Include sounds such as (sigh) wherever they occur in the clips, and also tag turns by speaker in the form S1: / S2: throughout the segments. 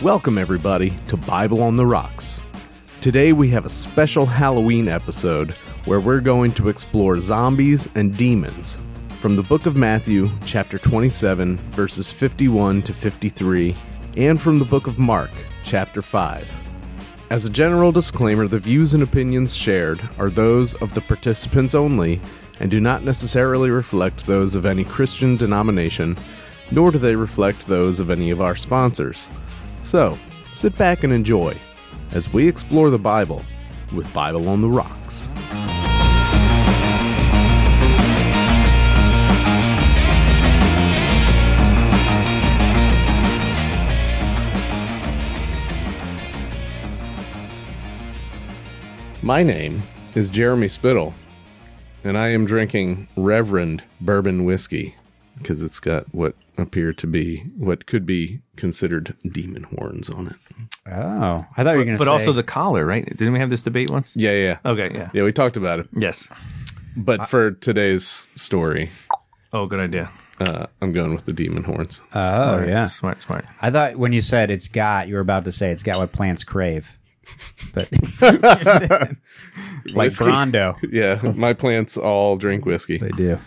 S1: Welcome, everybody, to Bible on the Rocks. Today we have a special Halloween episode where we're going to explore zombies and demons from the book of Matthew, chapter 27, verses 51 to 53, and from the book of Mark, chapter 5. As a general disclaimer, the views and opinions shared are those of the participants only and do not necessarily reflect those of any Christian denomination, nor do they reflect those of any of our sponsors. So, sit back and enjoy as we explore the Bible with Bible on the Rocks. My name is Jeremy Spittle, and I am drinking Reverend Bourbon Whiskey because it's got what appear to be what could be considered demon horns on it.
S2: Oh, I thought you were going to
S3: but
S2: say.
S3: also the collar, right? Didn't we have this debate once?
S1: Yeah, yeah, yeah.
S3: Okay, yeah.
S1: Yeah, we talked about it.
S3: Yes.
S1: But for today's story,
S3: Oh, good idea.
S1: uh, I'm going with the demon horns.
S3: Uh,
S2: oh yeah.
S3: Smart, smart.
S2: I thought when you said it's got, you were about to say it's got what plants crave,
S3: (laughs)
S2: but like
S1: Whiskey.
S2: Brando,
S1: (laughs) yeah, my plants all drink whiskey.
S2: they do.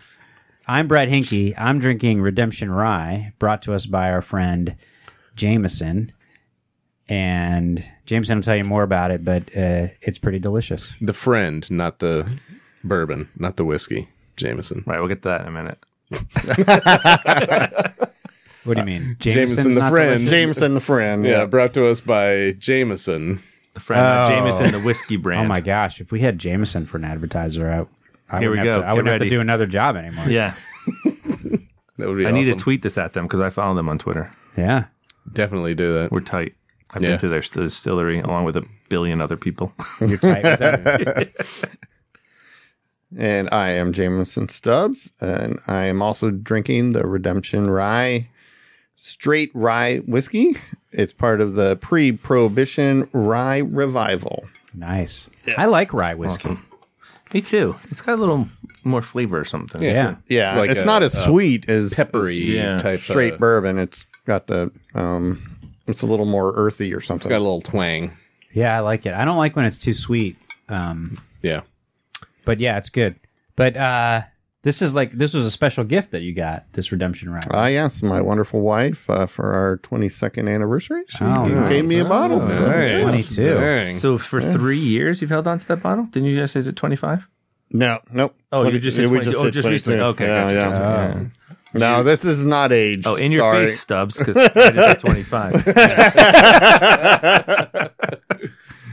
S2: I'm Brett Hinky. I'm drinking Redemption Rye, brought to us by our friend Jameson. And Jameson will tell you more about it, but uh, it's pretty delicious.
S1: The friend, not the bourbon, not the whiskey. Jameson.
S3: Right, we'll get to that in a minute.
S2: What do you mean,
S1: Uh, Jameson
S2: Jameson's
S1: the
S2: not
S1: friend.
S2: delicious?
S4: Jameson, the friend.
S1: Yeah, brought to us by Jameson.
S3: The friend uh, Jameson, the (laughs) whiskey brand.
S2: Oh my gosh! If we had Jameson for an advertiser, I, I
S3: Here we
S2: wouldn't, have,
S3: go.
S2: To, I
S3: Get
S2: wouldn't have to
S3: ready.
S2: do another job anymore.
S3: Yeah.
S1: That would be.
S3: I need to
S1: awesome.
S3: tweet this at them because I follow them on Twitter.
S2: yeah.
S1: Definitely do that.
S3: We're tight. I've
S1: Yeah.
S3: been to their st- distillery along with a billion other people. (laughs)
S2: You're tight
S1: (laughs)
S2: with that.
S4: And I am Jameson Stubbs, and I am also drinking the Redemption Rye Straight Rye Whiskey. It's part of the pre prohibition rye revival.
S2: Nice. I like rye whiskey.
S3: Me too. It's got a little more flavor or something. It's
S2: Yeah.
S3: good.
S4: Yeah,
S1: It's
S4: it's,
S1: like a-
S4: not as sweet as
S1: Peppery
S3: Yeah.
S1: type.
S4: straight
S1: uh,
S4: bourbon. It's got the, um, it's a little more earthy or something.
S1: Got a little twang.
S2: Yeah, I like it. I don't like when it's too sweet. Um,
S1: Yeah.
S2: but yeah, it's good. But uh, this is like this was a special gift that you got this redemption rye.
S4: Ah, yes, my wonderful wife uh, for our 22nd anniversary. She
S2: Oh,
S4: gave- gave me a bottle.
S1: Nice.
S2: 22.
S1: Dang.
S3: So for three years, you've held on to that bottle? Didn't you guys say it's 25?
S4: No, nope.
S3: Oh, you just said
S4: yeah, we
S3: 22. Oh,
S4: said
S3: just recently.
S4: 22.
S3: Okay,
S4: Yeah,
S3: gotcha,
S4: yeah.
S3: gotcha.
S4: No, this is not age.
S3: Oh, in your
S4: Sorry.
S3: face, Stubbs, because I just said 25. (laughs)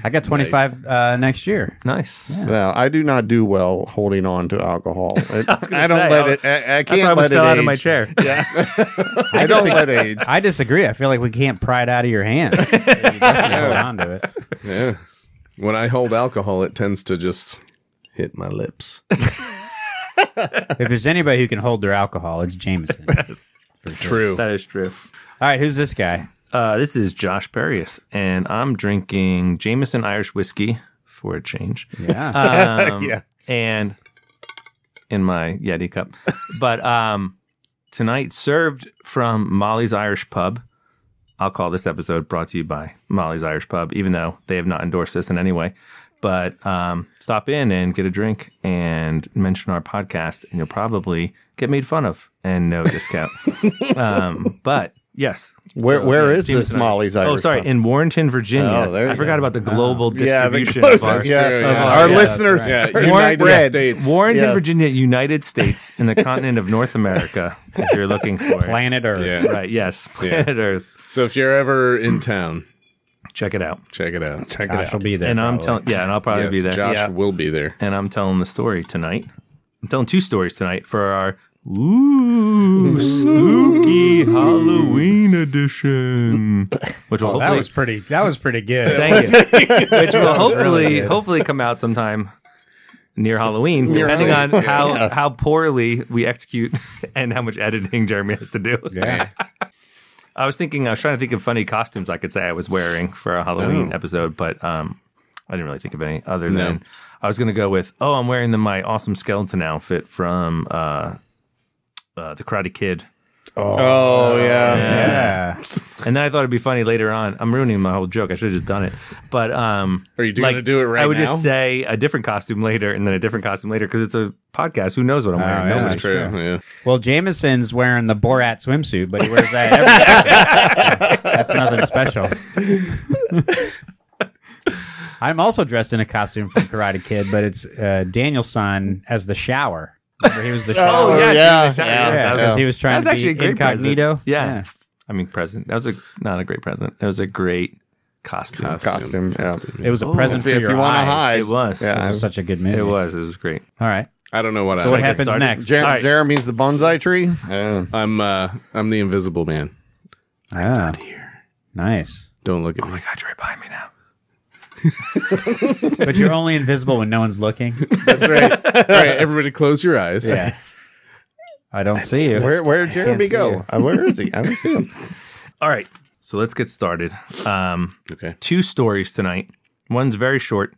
S2: I got 25 uh, next year.
S3: nice.
S4: No, I do not do well holding on to
S3: (laughs)
S4: alcohol. It- I, don't
S3: say,
S4: let
S3: I-
S4: it. I, I
S3: That's why I
S4: can't
S3: almost
S4: let it
S3: fell out of
S4: age.
S3: my chair. (laughs)
S4: (laughs) I don't let age.
S2: (laughs) I disagree. I feel like we can't pry it out of your
S3: (laughs)
S2: hands. You definitely hold on to it.
S1: Yeah. When I hold alcohol, it tends to just hit my lips.
S2: If there's anybody who can hold their alcohol, it's Jameson.
S1: True.
S3: That is true.
S2: All right, who's this guy?
S3: Uh, this is Josh Perius, and I'm drinking Jameson Irish whiskey for a change.
S2: Yeah.
S3: Um,
S4: Yeah.
S3: And in my Yeti
S4: (laughs)
S3: cup. But um, tonight, served from Molly's Irish Pub. I'll call this episode brought to you by Molly's Irish Pub, even though they have not endorsed this in any way. But um, stop in and get a drink and mention our podcast, and you'll probably get made fun of and no
S4: (laughs)
S3: discount. um, but yes,
S4: Where where is
S3: Jameson
S4: this
S3: Irish-
S4: Molly's Irish?
S3: Oh, sorry, in Warrington, Virginia.
S4: Oh, there you
S3: I forgot
S4: go.
S3: about the global distribution
S4: yeah,
S3: of our. (laughs)
S4: yeah,
S1: true,
S4: of
S1: yeah.
S4: our
S1: Yeah,
S4: listeners.
S1: Yeah.
S4: are
S1: United
S4: spread.
S1: States.
S3: Warrington,
S4: Yes.
S3: Virginia, United States, in the continent of North America, if you're looking for it.
S2: Planet Earth.
S1: Yeah.
S3: Right, yes, planet Earth.
S1: So if you're ever in town,
S3: Check it out.
S1: check it out.
S4: Check
S2: Josh
S4: it
S2: will
S4: out.
S2: be there.
S3: and I'm
S2: probably.
S3: telling, yeah, and I'll probably
S1: Yes,
S3: be there.
S1: Josh
S4: Yeah.
S1: will be there.
S3: And I'm telling the story tonight. I'm telling two stories tonight for our ooh spooky Halloween edition, which will
S2: that
S3: hopefully
S2: was pretty. That was pretty good.
S3: Thank you. (laughs) Which will hopefully hopefully come out sometime near Halloween, depending
S4: Halloween,
S3: on how how poorly we execute (laughs) and how much editing Jeremy has to do.
S2: Yeah.
S3: I was thinking I was trying to think of funny costumes I could say I was wearing for a Halloween episode, but um I didn't really think of any other than I was gonna go with oh I'm wearing the my awesome skeleton outfit from uh, uh the Karate Kid
S4: Oh, yeah.
S2: Yeah.
S3: And then I thought it'd be funny later on. I'm ruining my whole joke. I should have just done it. But um,
S1: Are you gonna do it right
S3: I would
S1: now?
S3: just say a different costume later, and then a different costume later because it's a podcast. Who knows what I'm wearing?
S2: yeah.
S3: No
S2: That's
S3: one's-
S1: true. Oh, Yeah.
S2: Well, Jameson's wearing the Borat swimsuit, but he wears that every
S4: (laughs)
S2: day. That's nothing special. I'm also dressed in a costume from Karate Kid, but it's uh, Daniel's son as the shower. Remember, he was the shower.
S3: (laughs) Oh, yeah,
S4: yeah,
S3: Jesus,
S4: yeah,
S3: that was-
S2: Yeah,
S3: that
S2: because
S3: was-
S2: he was
S3: That
S2: trying
S3: was
S2: to be
S3: actually a great
S2: incognito.
S3: present. Yeah. I mean, present. That was a not a great present. That was a great costume.
S4: Costume. Yeah.
S2: yeah. it was a
S3: Oh,
S2: present
S4: If,
S2: for
S4: if
S2: your
S4: you want to
S2: eyes.
S4: hide.
S3: It was.
S2: This
S4: Yeah.
S2: was such a good movie.
S3: It was. It was great.
S2: All right.
S1: I don't know what
S2: So
S1: I
S2: what
S3: get
S2: happens
S3: started?
S2: next?
S4: Jer-
S3: All right.
S4: Jeremy's the bonsai tree. Yeah.
S1: I'm uh I'm the invisible man.
S2: Ah,
S3: (laughs)
S2: nice.
S1: Don't look at
S3: Oh
S1: me.
S3: my God, you're right behind me now.
S2: But you're only invisible when no one's looking.
S1: That's right. All right, everybody close your eyes.
S2: Yeah. I don't see you.
S4: Where where Jeremy
S2: see
S4: go?
S2: you.
S4: Uh, where is he? I don't see him.
S3: All right. So let's get started. Um,
S1: Okay.
S3: two stories tonight. One's very short,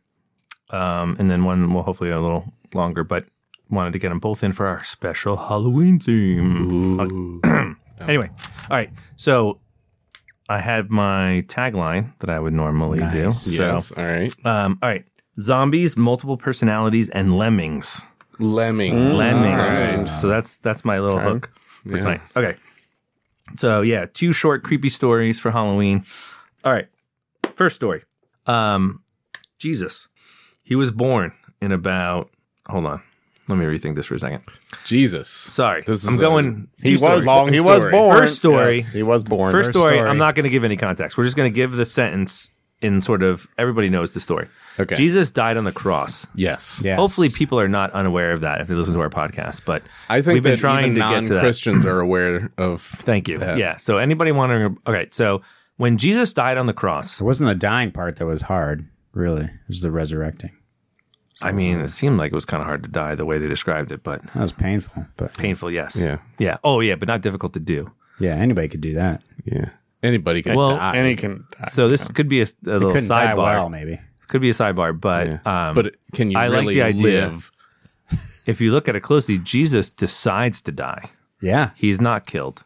S3: um, and then one will hopefully a little longer. But wanted to get them both in for our special Halloween theme. Uh, (clears throat) anyway, all right. So I have my tagline that I would normally do. So,
S1: Yes. All right.
S3: um, all right. Zombies, multiple personalities, and lemmings.
S1: Lemmings.
S3: Lemmings.
S1: Alright.
S3: Ah. So that's that's my little hook for
S1: Yeah.
S3: tonight. Okay. So yeah, two short creepy stories for Halloween. All right. First story. Um Jesus. He was born in about hold on. Let me rethink this for a second.
S1: Jesus.
S3: Sorry.
S1: This
S3: I'm
S1: is
S3: going
S4: He
S3: two
S4: was
S3: stories.
S1: Long
S4: he was
S1: story.
S4: born.
S3: First story.
S4: Yes, he was born.
S3: First story,
S2: story.
S3: I'm not going to give any context. We're just going to give the sentence in sort of everybody knows the story.
S1: Okay.
S3: Jesus died on the cross.
S1: Yes.
S2: Yes.
S3: Hopefully, people are not unaware of that if they listen to our podcast. But
S1: I think
S3: we've been trying to get to that.
S1: non-Christians are aware of
S3: Thank you. Yeah. So anybody wondering? Okay. So when Jesus died on the cross,
S2: It wasn't the dying part that was hard, really. It was the resurrecting.
S3: I mean, it seemed like it was kind of hard to die the way they described it, but
S2: That was painful, but
S3: painful. Yes.
S1: Yeah.
S3: Yeah. Oh, yeah, but not difficult to do.
S2: yeah, anybody could do that.
S1: yeah. Anybody can
S3: Well,
S1: die.
S4: And he can.
S3: (laughs)
S4: die.
S3: So this could be a, a little
S2: Couldn't die
S3: sidebar.
S2: well, maybe.
S3: Could be a sidebar, but um,
S1: but can you
S3: I like
S1: really
S3: the idea.
S1: live?
S3: if you look at it closely, Jesus decides to die.
S2: Yeah.
S3: He's not killed.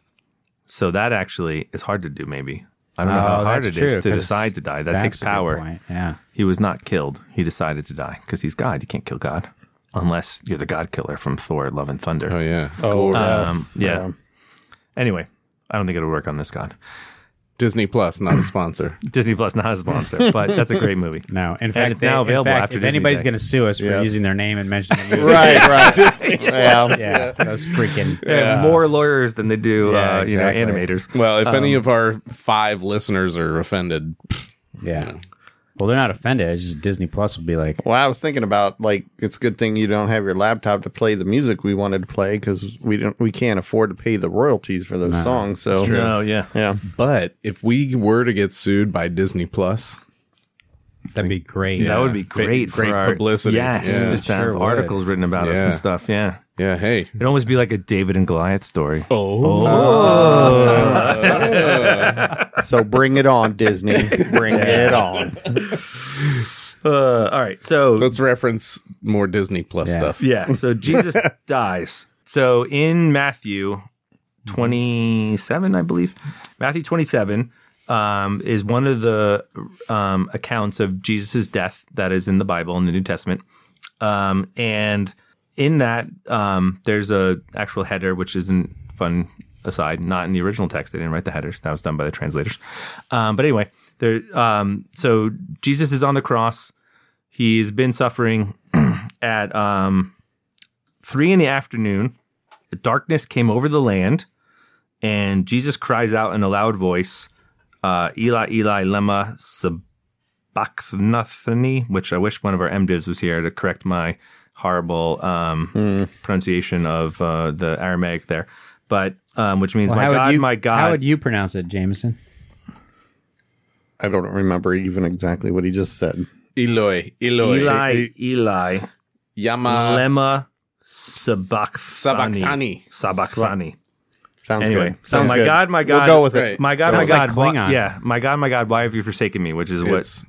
S3: So that actually is hard to do. Maybe I don't know
S2: Oh,
S3: how hard it
S2: that's
S3: is
S2: true,
S3: to
S2: 'cause
S3: decide to die. That
S2: that's
S3: takes
S2: a good
S3: power.
S2: point, Yeah.
S3: He was not killed. He decided to die because he's God. You can't kill God unless you're the God killer from Thor: Love and Thunder.
S1: Oh yeah.
S4: Oh,
S3: Um, yeah.
S4: Yeah.
S3: Anyway, I don't think it'll work on this God.
S1: Disney Plus
S3: (clears throat)
S1: not a sponsor.
S3: Disney Plus not a sponsor, but that's a great
S2: (laughs)
S3: movie.
S2: No. In fact,
S3: it's now
S2: they- in
S3: available
S2: fact,
S3: after
S2: if
S3: Disney
S2: anybody's
S3: Day.
S2: going to sue us for
S4: Yeah.
S2: using their name and mentioning
S1: (laughs)
S2: the movie,
S4: right, right. yeah.
S2: Yeah. Those freaking.
S3: They have more lawyers than they do,
S2: Yeah,
S3: uh, you know,
S2: exactly.
S3: animators.
S1: Well, if
S3: Um,
S1: any of our five listeners are offended,
S2: Yeah. Well, they're not offended. It's just Disney Plus will be like,
S4: Well, I was thinking about like it's a good thing you don't have your laptop to play the music we wanted to play because we don't we can't afford to pay the royalties for those songs. So
S3: No, yeah.
S4: yeah,
S1: but if we were to get sued by Disney Plus,
S2: that'd be great.
S3: That would be
S1: Great-
S3: great, for
S1: great
S3: our,
S1: publicity.
S3: Yes,
S1: Yeah.
S3: just to
S2: Sure
S3: have
S2: would.
S3: articles written about us
S1: Yeah.
S3: and stuff. Yeah,
S1: yeah, hey.
S3: it'd almost be like a David and Goliath story.
S1: Oh,
S4: so bring it on, Disney. (laughs) Bring it on.
S3: Uh, all right, so
S1: let's reference more Disney Plus
S2: Yeah.
S1: stuff.
S3: Yeah. So Jesus dies. So in Matthew 27, I believe, Matthew 27 um, is one of the um, accounts of Jesus' death that is in the Bible in the New Testament. Um, and in that, um, there's a actual header, which isn't fun aside, not in the original text. They didn't write the headers. That was done by the translators. Um, but anyway, there, um, so Jesus is on the cross. He's been suffering (clears throat) at um, three in the afternoon. The darkness came over the land, and Jesus cries out in a loud voice, uh, "Eli, Eli, lema sabachthani," which I wish one of our MDivs was here to correct my horrible um, pronunciation of uh, the Aramaic there, but um, which means
S2: Well,
S3: my
S2: how would
S3: God,
S2: you-
S3: my God,
S2: How would you pronounce it, Jameson?
S4: I don't remember even exactly what he just said.
S1: Eloi, Eloi,
S3: Eli, Eli,
S1: Yama,
S3: lema sabachthani,
S1: Uh, Sabachthani.
S3: sabachthani.
S4: Sounds
S3: Anyway,
S4: good.
S3: so
S4: Sounds
S3: my
S4: good.
S3: God, my God,
S4: we'll go with it.
S1: Right.
S3: My God,
S2: Sounds
S3: my
S2: like
S3: God, why-
S2: Klingon.
S3: yeah, my God, my God, why have you forsaken me? Which is what
S1: It's-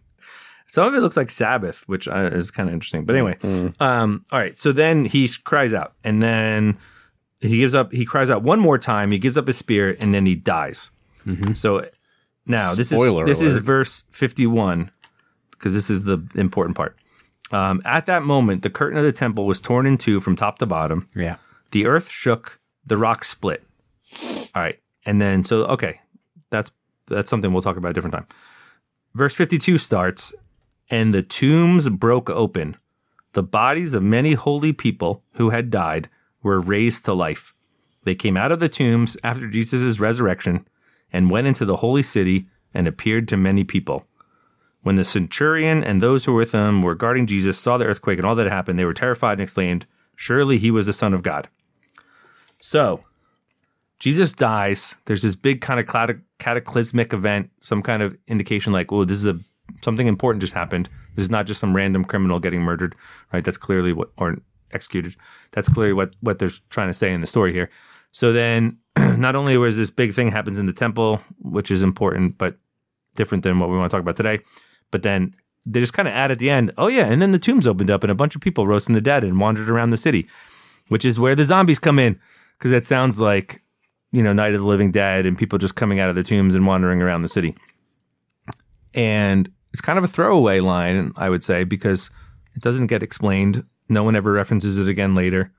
S3: some of it looks like Sabbath, which
S1: Mm.
S3: uh, is kind of interesting. But anyway, um, all right. So then he s- cries out, and then He gives up. He cries out one more time. He gives up his spirit, and then he dies. So now this
S1: Mm-hmm. Spoiler
S3: is this is
S1: alert.
S3: verse fifty-one because this is the important part. Um, At that moment, the curtain of the temple was torn in two from top to bottom.
S2: Yeah.
S3: The earth shook. The rock split. All right, and then so okay, that's that's something we'll talk about a different time. Verse fifty-two starts, and the tombs broke open. The bodies of many holy people who had died were raised to life. They came out of the tombs after Jesus' resurrection and went into the holy city and appeared to many people. When the centurion and those who were with him were guarding Jesus saw the earthquake and all that happened, they were terrified and exclaimed, Surely he was the Son of God. So, Jesus dies. There's this big kind of clat- cataclysmic event, some kind of indication like, oh, this is a something important just happened. This is not just some random criminal getting murdered, right? That's clearly what or executed. That's clearly what what they're trying to say in the story here. So then, (clears throat) not only was this big thing happens in the temple, which is important, but different than what we want to talk about today. But then they just kind of add at the end, oh yeah, and then the tombs opened up and a bunch of people rose from the dead and wandered around the city, which is where the zombies come in because that sounds like you know Night of the Living Dead and people just coming out of the tombs and wandering around the city. And it's kind of a throwaway line, I would say, because it doesn't get explained. No one ever references it again later.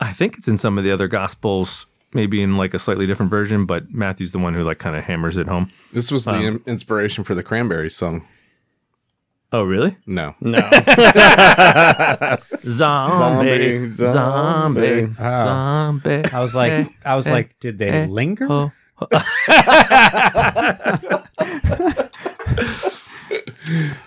S3: I think it's in some of the other gospels, maybe in like a slightly different version, but Matthew's the one who like kind of hammers it home.
S1: This was the
S3: Um,
S1: in- inspiration for the Cranberry song.
S3: Oh, really? (laughs)
S1: No.
S4: No.
S3: Zombie, zombie, zombie.
S4: Zombie, zombie.
S2: I was like,
S3: Eh.
S2: I was like, did they linger?
S3: Oh. (laughs)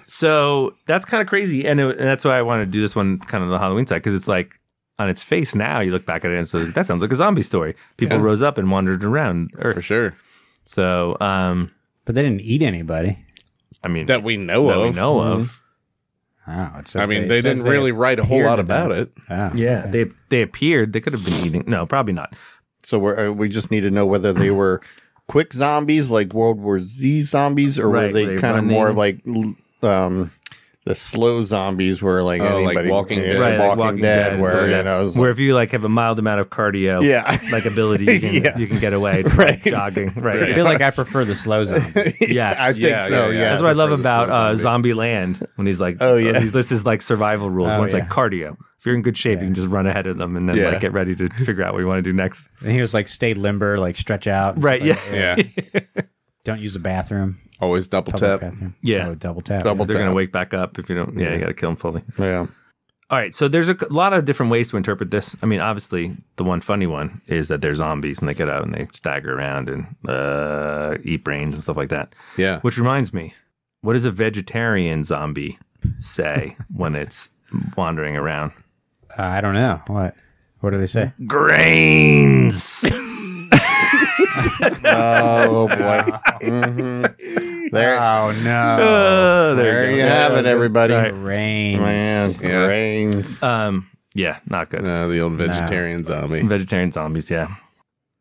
S3: so that's kind of crazy, and, it, and that's why I wanted to do this one kind of the Halloween side because it's like on its face now. You look back at it and it's like, that sounds like a zombie story. People
S1: Yeah.
S3: rose up and wandered around
S1: For
S3: Earth.
S1: sure.
S3: So, um,
S2: But they didn't eat anybody.
S3: I mean, that,
S1: That we know of.
S3: we know of,
S4: Mm-hmm.
S2: Wow. It says
S1: I mean,
S2: it
S1: they,
S2: says
S1: didn't really write a whole
S2: appeared
S1: lot
S2: to
S1: about
S2: them.
S1: it.
S2: Wow.
S3: yeah, they they appeared. They could have been eating. No, probably not.
S4: so we're, uh, we just need to know whether they were quick zombies like World War Z zombies, or
S3: Right,
S4: were they
S3: were they
S4: kind of more like
S3: running?
S4: l- um, the slow zombies, where like
S1: Oh, like
S4: anybody
S1: Walking
S4: yeah,
S1: Dead.
S3: right, like
S4: Walking, Dead,
S3: and stuff
S4: where
S3: like
S4: you
S3: that.
S4: know, it was
S3: where if you like have a mild amount of cardio,
S4: Yeah.
S3: like ability, you can,
S4: (laughs) Yeah.
S3: you can get away, from
S4: Right.
S3: jogging, right?
S2: I feel like I prefer the slow zombie.
S3: Yes.
S4: I think
S1: Yeah, yeah,
S4: so. (laughs) Yeah,
S1: yeah.
S3: That's what I love
S4: For the
S3: about
S4: slow
S3: uh,
S4: zombie.
S3: Zombie Land when he's like,
S4: Oh, yeah.
S3: these, this is like survival rules.
S2: Oh,
S3: One's
S2: yeah.
S3: like cardio. If you're in good shape, you can just run ahead of them and then
S1: Yeah.
S3: like get ready to figure out what you want to do next.
S2: And he was like, stay limber, like stretch out. and
S3: (laughs) Right?
S2: stuff like
S3: Yeah.
S2: that.
S1: Yeah.
S2: Don't use the bathroom.
S1: Always double tap.
S2: Public bathroom.
S3: Yeah.
S2: Oh, double tap.
S4: Double-
S3: They're gonna
S4: tap.
S3: wake back up if you don't. Yeah, you gotta kill them fully.
S4: Yeah.
S3: All right. So there's a c- lot of different ways to interpret this. I mean, obviously, the one funny one is that they're zombies and they get out and they stagger around and uh, eat brains and stuff like that.
S1: Yeah.
S3: Which reminds me, what does a vegetarian zombie say when it's wandering around?
S2: Uh, I don't know. What? What do they say?
S3: Grains.
S4: Oh boy.
S3: (laughs)
S4: (laughs) Mhm. There,
S1: Ah,
S2: Oh, no.
S3: Oh,
S4: there
S3: go.
S4: you have it, everybody.
S2: Rain.
S4: Man,
S1: Yeah.
S4: brains.
S3: Um, yeah, not good.
S1: No, Uh, the old vegetarian zombie.
S3: Vegetarian zombies, yeah.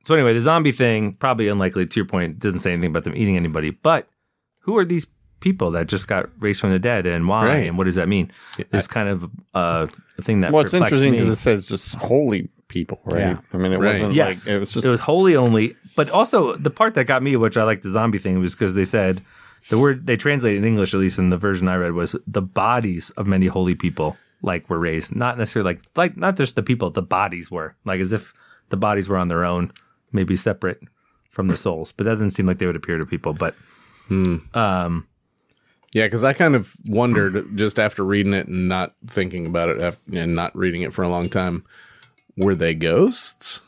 S3: So anyway, the zombie thing probably unlikely. To your point, doesn't say anything about them eating anybody. But who are these people that just got raised from the dead, and why,
S1: Right.
S3: and what does that mean? It's kind of uh, a thing that.
S4: Well, it's
S3: perplexed
S4: interesting
S3: me.
S4: because it says just holy people, right?
S2: Yeah.
S4: I mean, it
S1: Right.
S4: wasn't
S3: Yes,
S4: like it was just
S3: it was holy only. But also the part that got me, which I like the zombie thing, was because they said the word they translated in English, at least in the version I read, was the bodies of many holy people like were raised, not necessarily like like not just the people, the bodies were like as if the bodies were on their own, maybe separate from the souls. But that doesn't seem like they would appear to people. But um,
S1: Yeah, because I kind of wondered just after reading it and not thinking about it af- and not reading it for a long time, were they ghosts?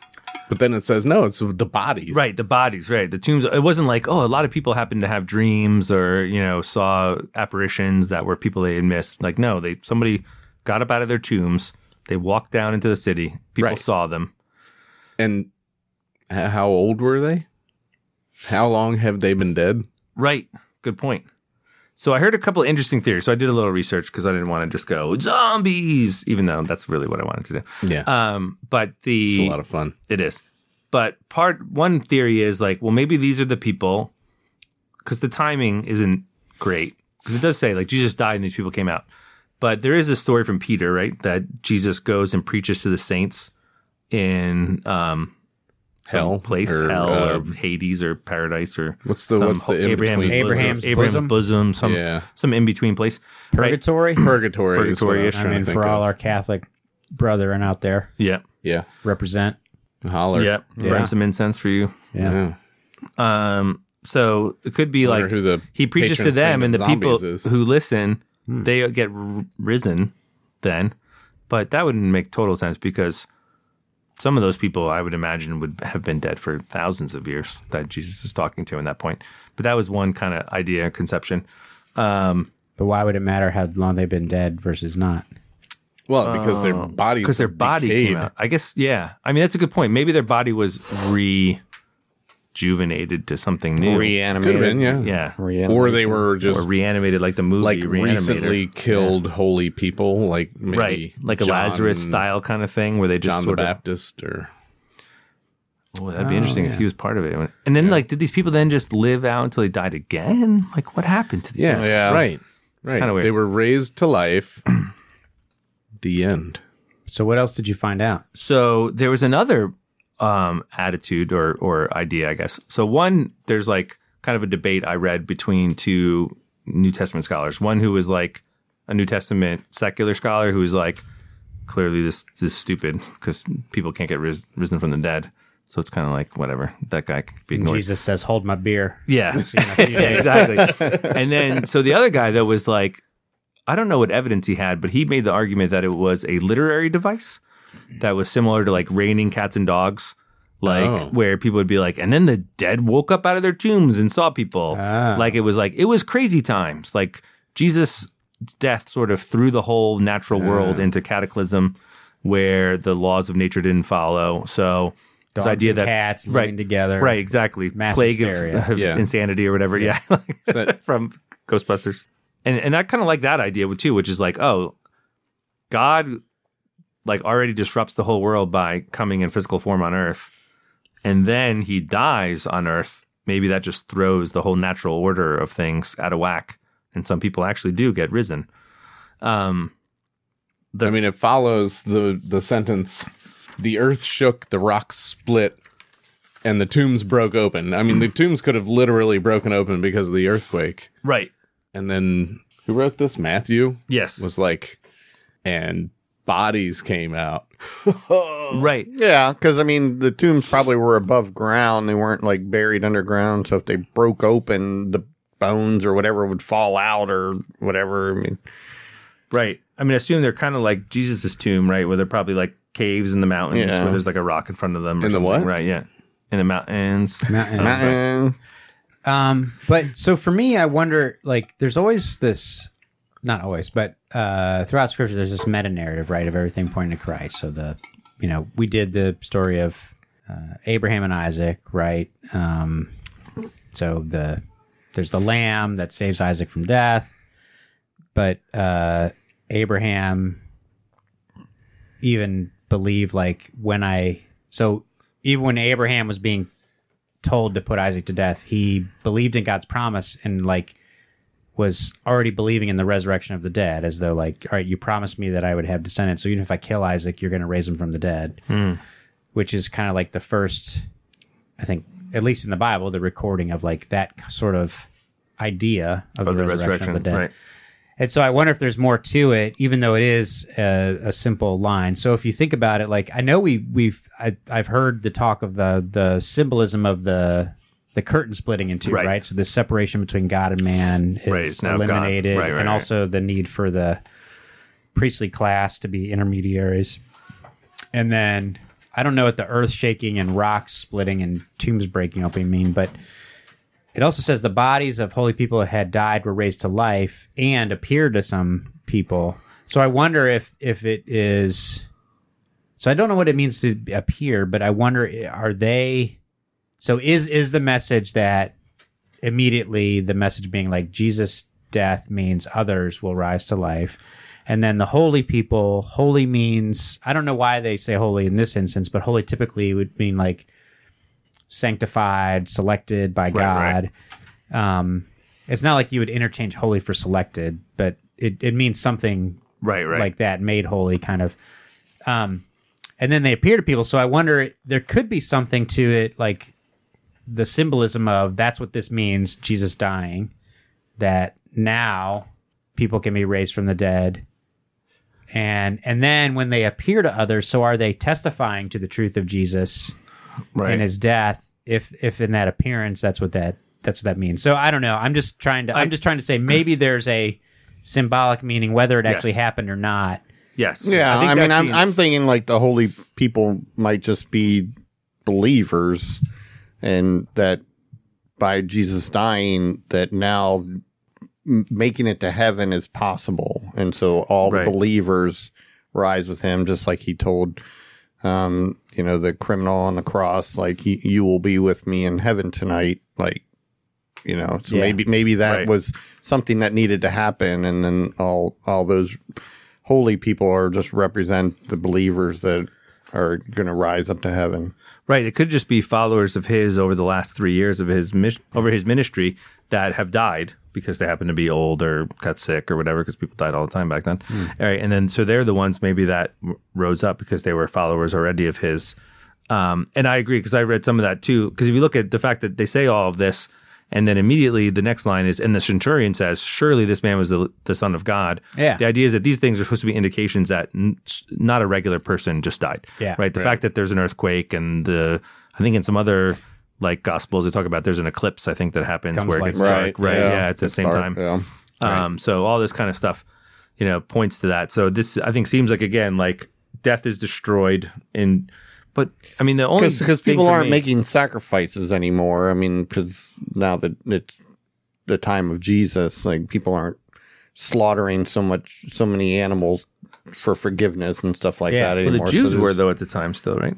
S1: But then it says no, it's the bodies.
S3: Right, the bodies, right. The tombs. It wasn't like, oh, a lot of people happened to have dreams or, you know, saw apparitions that were people they had missed. Like, no, they somebody got up out of their tombs, they walked down into the city, people
S1: Right.
S3: saw them.
S1: And h- how old were they? How long have they been dead?
S3: Right. Good point. So I heard a couple of interesting theories. So I did a little research because I didn't want to just go zombies, even though that's really what I wanted to do.
S1: Yeah.
S3: Um, but the
S1: it's a lot of fun.
S3: It is. But part one theory is like, well, maybe these are the people because the timing isn't great. Because it does say like Jesus died and these people came out. But there is a story from Peter, right? That Jesus goes and preaches to the saints in um, some
S1: Hell
S3: place,
S1: or,
S3: hell,
S1: uh,
S3: or Hades, or paradise, or
S1: What's the-
S3: some
S1: what's the
S3: ho- Abraham's
S1: in-between?
S2: Abraham's
S3: bosom, Abraham's
S2: bosom?
S3: bosom, some
S1: Yeah.
S3: some in between place, right?
S2: Purgatory.
S1: Purgatory. is what
S3: Purgatory-ish,
S1: I was
S2: I
S1: trying to
S2: mean,
S1: think
S2: for
S1: of.
S2: all our Catholic brethren out there,
S3: Yeah,
S1: yeah,
S2: represent.
S1: holler.
S3: yeah.
S2: Yeah.
S3: Burn some incense for you.
S2: Yeah.
S1: Yeah.
S3: Um, so it could be
S1: Wonder
S3: like
S1: who the
S3: he preaches to
S1: patron
S3: them,
S1: saint
S3: and
S1: of
S3: the people
S1: zombies is.
S3: who listen, they get r- risen then. But that wouldn't make total sense because some of those people I would imagine would have been dead for thousands of years that Jesus is talking to in that point. But that was one kind of idea conception. Um,
S2: But why would it matter how long they've been dead versus not?
S1: Well, because their bodies
S3: because their body
S1: decayed.
S3: came out. I guess, yeah. I mean, that's a good point. Maybe their body was rejuvenated to something new.
S1: Could have
S4: Reanimated.
S1: been, yeah.
S3: yeah.
S1: Or
S4: (laughs)
S1: they were just
S3: or reanimated like the movie
S1: like
S3: Reanimator.
S1: recently killed holy people, like maybe
S3: right like a
S1: John-
S3: lazarus style kind of thing where they just
S1: John the
S3: sort of
S1: Baptist, or
S3: oh, that'd be interesting
S1: Ah.
S3: if he was part of it and then like did these people then just live out until they died again like what happened to these
S1: yeah,
S3: people?
S1: right, right.
S3: kinda weird.
S1: They were raised to (clears throat) life. the end.
S2: So what else did you find out?
S3: so there was another um attitude or or idea i guess so one there's like kind of a debate i read between two new testament scholars one who was like a new testament secular scholar who was like clearly this this is stupid because people can't get ris- risen from the dead so it's kind of like whatever that guy could be ignored
S2: Jesus says, "Hold my beer."
S3: Yeah. (laughs) Yeah, exactly. and then, so the other guy though was like, I don't know what evidence he had, but he made the argument that it was a literary device that was similar to like raining cats and dogs, like
S1: Oh.
S3: where people would be like, and then the dead woke up out of their tombs and saw people.
S2: Ah.
S3: Like it was like, it was crazy times. Like Jesus' death sort of threw the whole natural
S2: Ah.
S3: world into cataclysm where the laws of nature didn't follow. So,
S2: Dogs
S3: this idea
S2: and
S3: that
S2: cats
S3: right,
S2: living together.
S3: right, exactly,
S2: Mass
S3: plague of-
S2: hysteria.
S3: (laughs) Of,
S1: Yeah.
S3: insanity or whatever, yeah, (laughs)
S1: that-
S3: from Ghostbusters, and and I kind of like that idea too, which is like, oh, God, like already disrupts the whole world by coming in physical form on Earth, and then he dies on Earth. Maybe that just throws the whole natural order of things out of whack, and some people actually do get risen. Um,
S1: I mean, it follows the the sentence: "The earth shook, the rocks split, and the tombs broke open." I mean, the tombs could have literally broken open because of the earthquake.
S3: right?
S1: And then, who wrote this? Matthew
S3: Yes,
S1: was like, and bodies came out.
S4: Oh,
S3: right.
S4: Yeah, because I mean, the tombs probably were above ground. They weren't like buried underground. So if they broke open, the bones or whatever would fall out or whatever. I mean,
S3: Right. I mean, I assume they're kind of like Jesus' tomb, right? Where they're probably like caves in the mountains
S4: Yeah.
S3: where there's like a rock in front of them. Or
S1: In the
S3: something.
S1: what?
S3: Right. Yeah. In the mountains.
S2: Mountain.
S4: eh,
S2: Um, but so for me, I wonder like there's always this not always, but uh throughout scripture there's this meta narrative, right, of everything pointing to Christ. So the you know, we did the story of uh, Abraham and Isaac, right? Um so the there's the lamb that saves Isaac from death, but uh Abraham even believed like when I so even when Abraham was being told to put Isaac to death, he believed in God's promise and like was already believing in the resurrection of the dead, as though like, all right, you promised me that I would have descendants, so even if I kill Isaac, you're going to raise him from the dead, which is kind of like the first, I think, at least in the Bible, the recording of like that sort of idea of, the, resurrection, of the dead.
S3: Right.
S2: And so I wonder if there's more to it, even though it is a, a simple line. So if you think about it, like I know we we've I, I've heard the talk of the the symbolism of the the curtain splitting in two, right?
S3: Right.
S2: So the separation between God and man is
S3: Right, it's now God.
S2: eliminated,
S3: Right, right,
S2: and
S3: right.
S2: also the need for the priestly class to be intermediaries. And then I don't know what the earth shaking and rocks splitting and tombs breaking open mean, but it also says the bodies of holy people who had died were raised to life and appeared to some people. So I wonder if if it is. So I don't know what it means to appear, but I wonder are they. So is is the message that immediately the message being like Jesus' death means others will rise to life. And then the holy people, holy means, I don't know why they say holy in this instance, but holy typically would mean like sanctified, selected by God. Um, it's not like you would interchange holy for selected, but it, it means something
S3: Right. Right.
S2: like that, made holy kind of. Um, and then they appear to people. So I wonder there could be something to it, like the symbolism of that's what this means, Jesus dying, that now people can be raised from the dead. And and then when they appear to others, so are they testifying to the truth of Jesus
S3: Right.
S2: and his death? If if in that appearance, that's what that that's what that means. So I don't know. I'm just trying to I, am just trying to say maybe there's a symbolic meaning whether it actually
S3: Yes.
S2: happened or not.
S3: yes.
S4: Yeah, I,
S3: think
S4: mean,
S3: that's
S4: I'm,
S3: the-
S4: I'm thinking like the holy people might just be believers, and that by Jesus dying, that now m- making it to heaven is possible, and so all
S3: Right.
S4: the believers rise with him, just like he told, um, you know, the criminal on the cross, like "You- you will be with me in heaven tonight, like. You know, so
S2: Yeah.
S4: maybe maybe that
S3: Right.
S4: was something that needed to happen, and then all all those holy people are just represent the believers that are going to rise up to heaven.
S3: Right. It could just be followers of his over the last three years of his mis- over his ministry that have died because they happen to be old or got sick or whatever. Because people died all the time back then. All right, and then so they're the ones maybe that r- rose up because they were followers already of his. Um, and I agree because I read some of that too. Because if you look at the fact that they say all of this, and then immediately the next line is, and the centurion says, "Surely this man was the, the son of God."
S2: Yeah.
S3: The idea is that these things are supposed to be indications that n- s- not a regular person just died.
S2: Yeah.
S3: Right. The fact that there's an earthquake and the I think in some other like gospels they talk about there's an eclipse I think that happens
S2: Comes
S3: where it
S2: like
S3: gets dark. Right. Yeah. at the
S4: It's
S3: same time.
S4: dark, yeah.
S3: Um, so all this kind of stuff, you know, points to that. So this I think seems like again like death is destroyed and but I mean the only
S4: Because
S3: thing
S4: people
S3: for
S4: aren't
S3: me-
S4: making sacrifices anymore. I mean, because now that it's the time of Jesus, like people aren't slaughtering so much, so many animals for forgiveness and stuff like
S2: Yeah.
S4: that
S2: Well,
S3: well,
S4: anymore.
S3: the
S4: So
S3: Jews
S4: there's-
S3: were though at the time still right.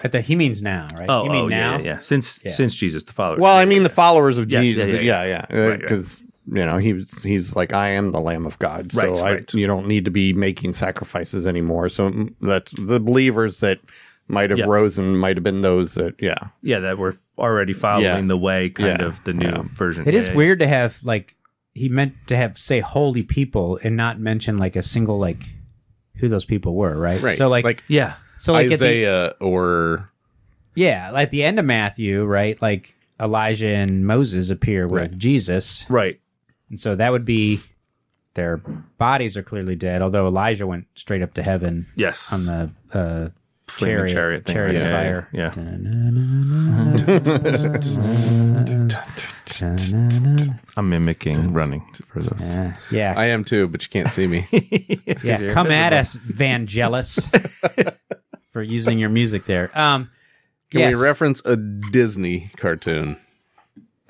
S2: But the, he means now, right?
S3: Oh,
S2: you mean
S3: oh,
S2: now?
S3: yeah, yeah, yeah. Since since Jesus the followers.
S4: Well, I mean, the followers of
S3: Yes,
S4: Jesus.
S3: yeah,
S4: Yeah,
S3: yeah,
S4: yeah,
S3: Right, right.
S4: Because you know he was, he's like, I am the Lamb of God, so
S3: Right,
S4: I,
S3: right.
S4: you don't need to be making sacrifices anymore. So mm, that's the believers that might have
S3: Yeah.
S4: risen might have been those that, yeah,
S3: yeah, that were already following
S4: Yeah.
S3: the way kind
S4: Yeah.
S3: of the new
S4: Yeah.
S3: version.
S2: It is
S3: Yeah, yeah.
S2: weird to have like he meant to have say holy people and not mention like a single like who those people were, right?
S5: Right.
S2: So like,
S5: Like,
S3: Yeah.
S2: so like at
S5: Isaiah or
S2: the, yeah, like the end of Matthew, right? Like Elijah and Moses appear with Jesus,
S3: Right.
S2: and so that would be their bodies are clearly dead. Although Elijah went straight up to heaven
S3: Yes.
S2: on the uh,
S3: Flaming
S2: chariot,
S3: chariot thing,
S2: chariot
S3: right?
S2: of
S3: Yeah,
S2: fire.
S3: yeah, yeah. (laughs) I'm mimicking running for those.
S2: Yeah. yeah.
S1: I am too, but you can't see
S3: (laughs)
S1: me.
S2: Yeah, come at us, Vangelis, (laughs) for using your music there. Um,
S1: Can
S2: yes,
S1: we reference a Disney cartoon?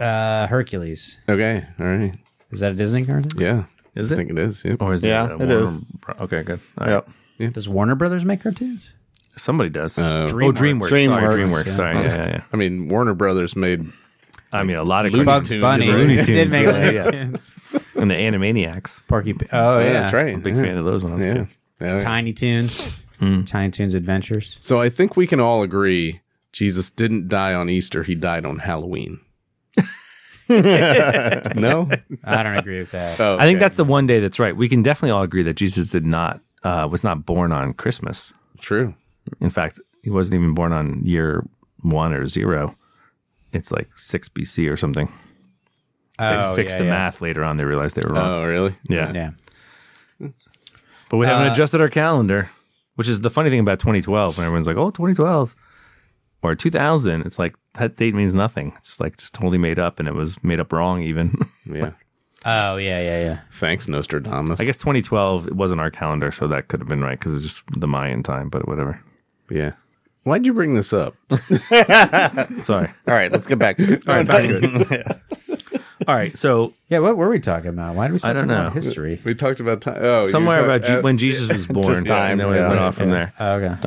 S2: uh, Hercules.
S1: Okay, all right.
S2: Is that a Disney cartoon?
S1: Yeah,
S3: Is
S1: I
S3: it? Oh,
S1: think it is. Yep.
S3: Or is
S4: Yeah,
S3: it?
S4: it
S3: a Warner
S4: is.
S3: Bro- Okay, good. All right.
S4: yeah.
S2: Does Warner Brothers make cartoons?
S3: Somebody does.
S1: Uh,
S3: Oh, DreamWorks. Sorry,
S4: DreamWorks.
S3: DreamWorks. Sorry. Yeah, yeah, yeah.
S1: I mean, Warner Brothers made.
S3: I mean, a lot of
S2: Bugs
S3: cartoons.
S2: Bunny
S3: Looney (laughs)
S2: They did
S3: Tunes.
S2: make
S3: yeah, yeah.
S2: cartoons.
S3: And the Animaniacs.
S2: Porky. Pig. Oh yeah,
S1: Yeah, that's right.
S3: I'm a big
S1: yeah.
S3: fan of those ones.
S1: Yeah.
S3: Yeah.
S1: Yeah.
S2: Tiny Toons,
S3: Hmm.
S2: Tiny Toons Adventures.
S1: So I think we can all agree Jesus didn't die on Easter, he died on
S3: (laughs)
S1: Halloween. no?
S2: I don't agree with
S3: (laughs)
S2: that.
S1: Oh,
S3: I think that's the one day that's right. We can definitely all agree that Jesus did not uh, was not born on Christmas.
S1: true.
S3: In fact, he wasn't even born on year one or zero. It's like six BC or something. So
S2: Oh,
S3: they fixed
S2: yeah,
S3: the
S2: yeah.
S3: math later on. They realized they were wrong.
S1: Oh, really?
S3: Uh, yeah.
S2: Yeah.
S3: But we
S2: Uh,
S3: haven't adjusted our calendar, which is the funny thing about 2012. When everyone's like, "Oh, 2012," or 2000, it's like that date means nothing. It's like just totally made up, and it was made up wrong. Even (laughs)
S1: Yeah.
S2: Oh yeah, yeah, yeah.
S1: Thanks, Nostradamus.
S3: I guess 2012 it wasn't our calendar, so that could have been right because it's just the Mayan time. But whatever.
S1: Yeah. Why'd you bring this up?
S3: Sorry.
S4: (laughs) All right, let's get back. to it.
S3: (laughs) All right. So
S2: Yeah. What were we talking about? Why did we? Start
S3: I don't
S2: talking about
S3: know.
S2: history.
S1: We talked about time. Oh, you
S3: somewhere
S1: talk-
S3: about Je-
S1: uh,
S3: when Jesus
S4: (laughs)
S3: was born,
S4: time,
S3: and then we
S4: yeah,
S3: went off from there.
S2: Oh, okay.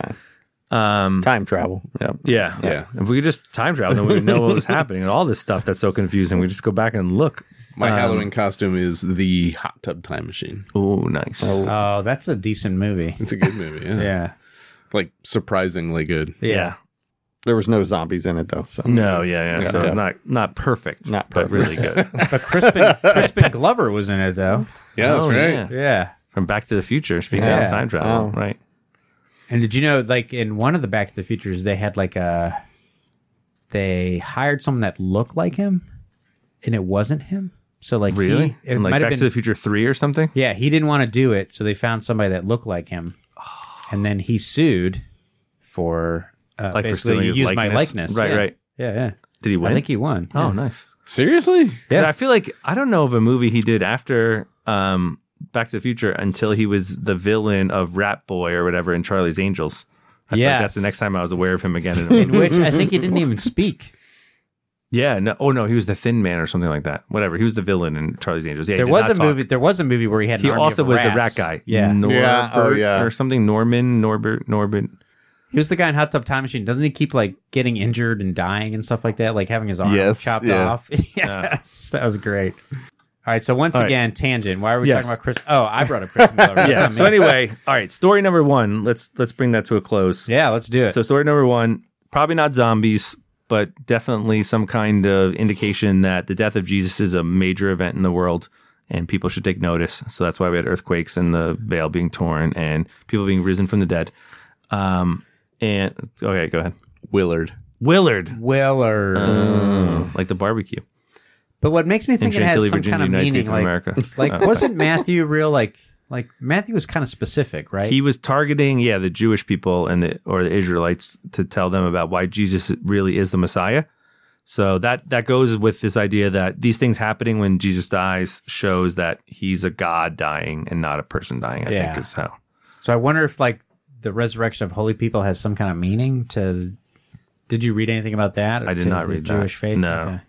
S4: Time travel. Yeah.
S3: Mm. Yeah.
S1: Yeah.
S3: If we could just time travel, then we would know
S2: (laughs)
S3: what was happening and all this stuff that's so confusing. We just go back and look.
S1: my Halloween costume is the hot tub time machine.
S3: Oh, nice.
S2: Oh, that's a decent
S3: Hmm.
S2: movie.
S1: It's a good movie.
S3: (laughs)
S1: Yeah.
S2: Yeah.
S1: Like surprisingly good.
S3: yeah.
S4: There was no zombies in it though. So
S3: No, yeah, yeah. So
S4: Yeah.
S3: not not perfect,
S4: Not perfect.
S3: but
S2: (laughs)
S3: really good.
S2: But Crispin
S3: (laughs)
S2: Crispin Glover was in it though.
S1: Yeah, that's
S3: Oh,
S1: right.
S3: yeah.
S2: Yeah.
S3: From Back to the Future, speaking
S2: Yeah.
S3: of time travel, right?
S2: And did you know, like in one of the Back to the Futures, they had like a they hired someone that looked like him, and it wasn't him. So like he-
S3: Really?
S2: it
S3: And like
S2: might
S3: Back
S2: have been.
S3: to the Future Three or something.
S2: yeah, he didn't want to do it, so they found somebody that looked like him, and then he sued for uh,
S3: Like for
S2: basically
S3: stealing
S2: you
S3: his
S2: used my likeness.
S3: likeness. Right,
S2: Yeah.
S3: right.
S2: Yeah, yeah.
S3: Did he win?
S2: I think he won.
S3: oh,
S2: Yeah.
S3: nice.
S1: Seriously?
S3: Yeah. I feel like I don't know of a movie he did after um, Back to the Future until he was the villain of Rat Boy or whatever in Charlie's Angels. I feel like that's the
S2: Yes.
S3: next time I was aware of him again.
S2: (laughs)
S3: In a movie.
S2: Which I think he didn't even speak.
S3: (laughs) yeah. No. Oh no, he was the Thin Man or something like that. Whatever. He was the villain in Charlie's Angels. Yeah. he
S2: There
S3: did
S2: was
S3: not
S2: a
S3: talk.
S2: movie. There was a movie where he had. An
S3: He
S2: army
S3: also
S2: of
S3: was the rat
S2: rats.
S3: guy.
S2: Yeah,
S3: Norbert
S4: Yeah, oh, yeah.
S3: or something. Norman, Norbert, Norbert.
S2: he was the guy in Hot Tub Time Machine. Doesn't he keep like getting injured and dying and stuff like that? Like having his arm
S1: Yes,
S2: chopped
S1: yeah.
S2: off. (laughs) yes, that was great. All right, so once
S3: All right.
S2: again, tangent. Why are we
S3: Yes.
S2: talking about Chris? Oh, I brought up Christmas
S3: (laughs)
S2: already.
S3: Yeah.
S2: That's on
S3: So
S2: me.
S3: anyway, (laughs) all right. Story number one. Let's let's bring that to a close.
S2: yeah, let's do it.
S3: So story number one, probably not zombies, but definitely some kind of indication that the death of Jesus is a major event in the world and people should take notice. So that's why we had earthquakes and the veil being torn and people being risen from the dead. Um, and okay, go ahead.
S1: Willard.
S3: Willard,
S2: Weller.
S3: Oh, like the barbecue
S2: but what makes me
S3: in
S2: think it has
S3: Chantilly,
S2: some
S3: Virginia,
S2: kind of
S3: United
S2: meaning,
S3: States of
S2: like,
S3: America.
S2: (laughs) like
S3: (laughs)
S2: wasn't Matthew real? Like, like Matthew was kind of specific, right?
S3: He was targeting, yeah, the Jewish people and the or the Israelites to tell them about why Jesus really is the Messiah. So that that goes with this idea that these things happening when Jesus dies shows that he's a God dying and not a person dying. I
S2: Yeah.
S3: think is how.
S2: So I wonder if like the resurrection of holy people has some kind of meaning to. Did you read anything about that?
S3: I did
S2: To
S3: not
S2: the
S3: read that.
S2: Jewish faith.
S3: No.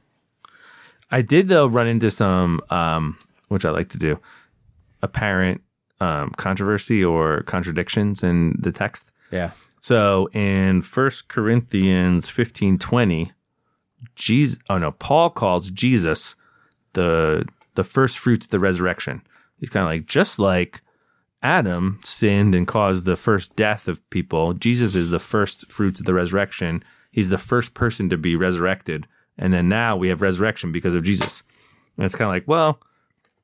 S3: I did though run into some, um, which I like to do, apparent um, controversy or contradictions in the text.
S2: Yeah.
S3: So in 1 Corinthians 15 20, Jesus, oh no, Paul calls Jesus the the first fruits of the resurrection. He's kind of like, just like Adam sinned and caused the first death of people, Jesus is the first fruits of the resurrection. He's the first person to be resurrected. And then now we have resurrection because of Jesus. And it's kind of like, well,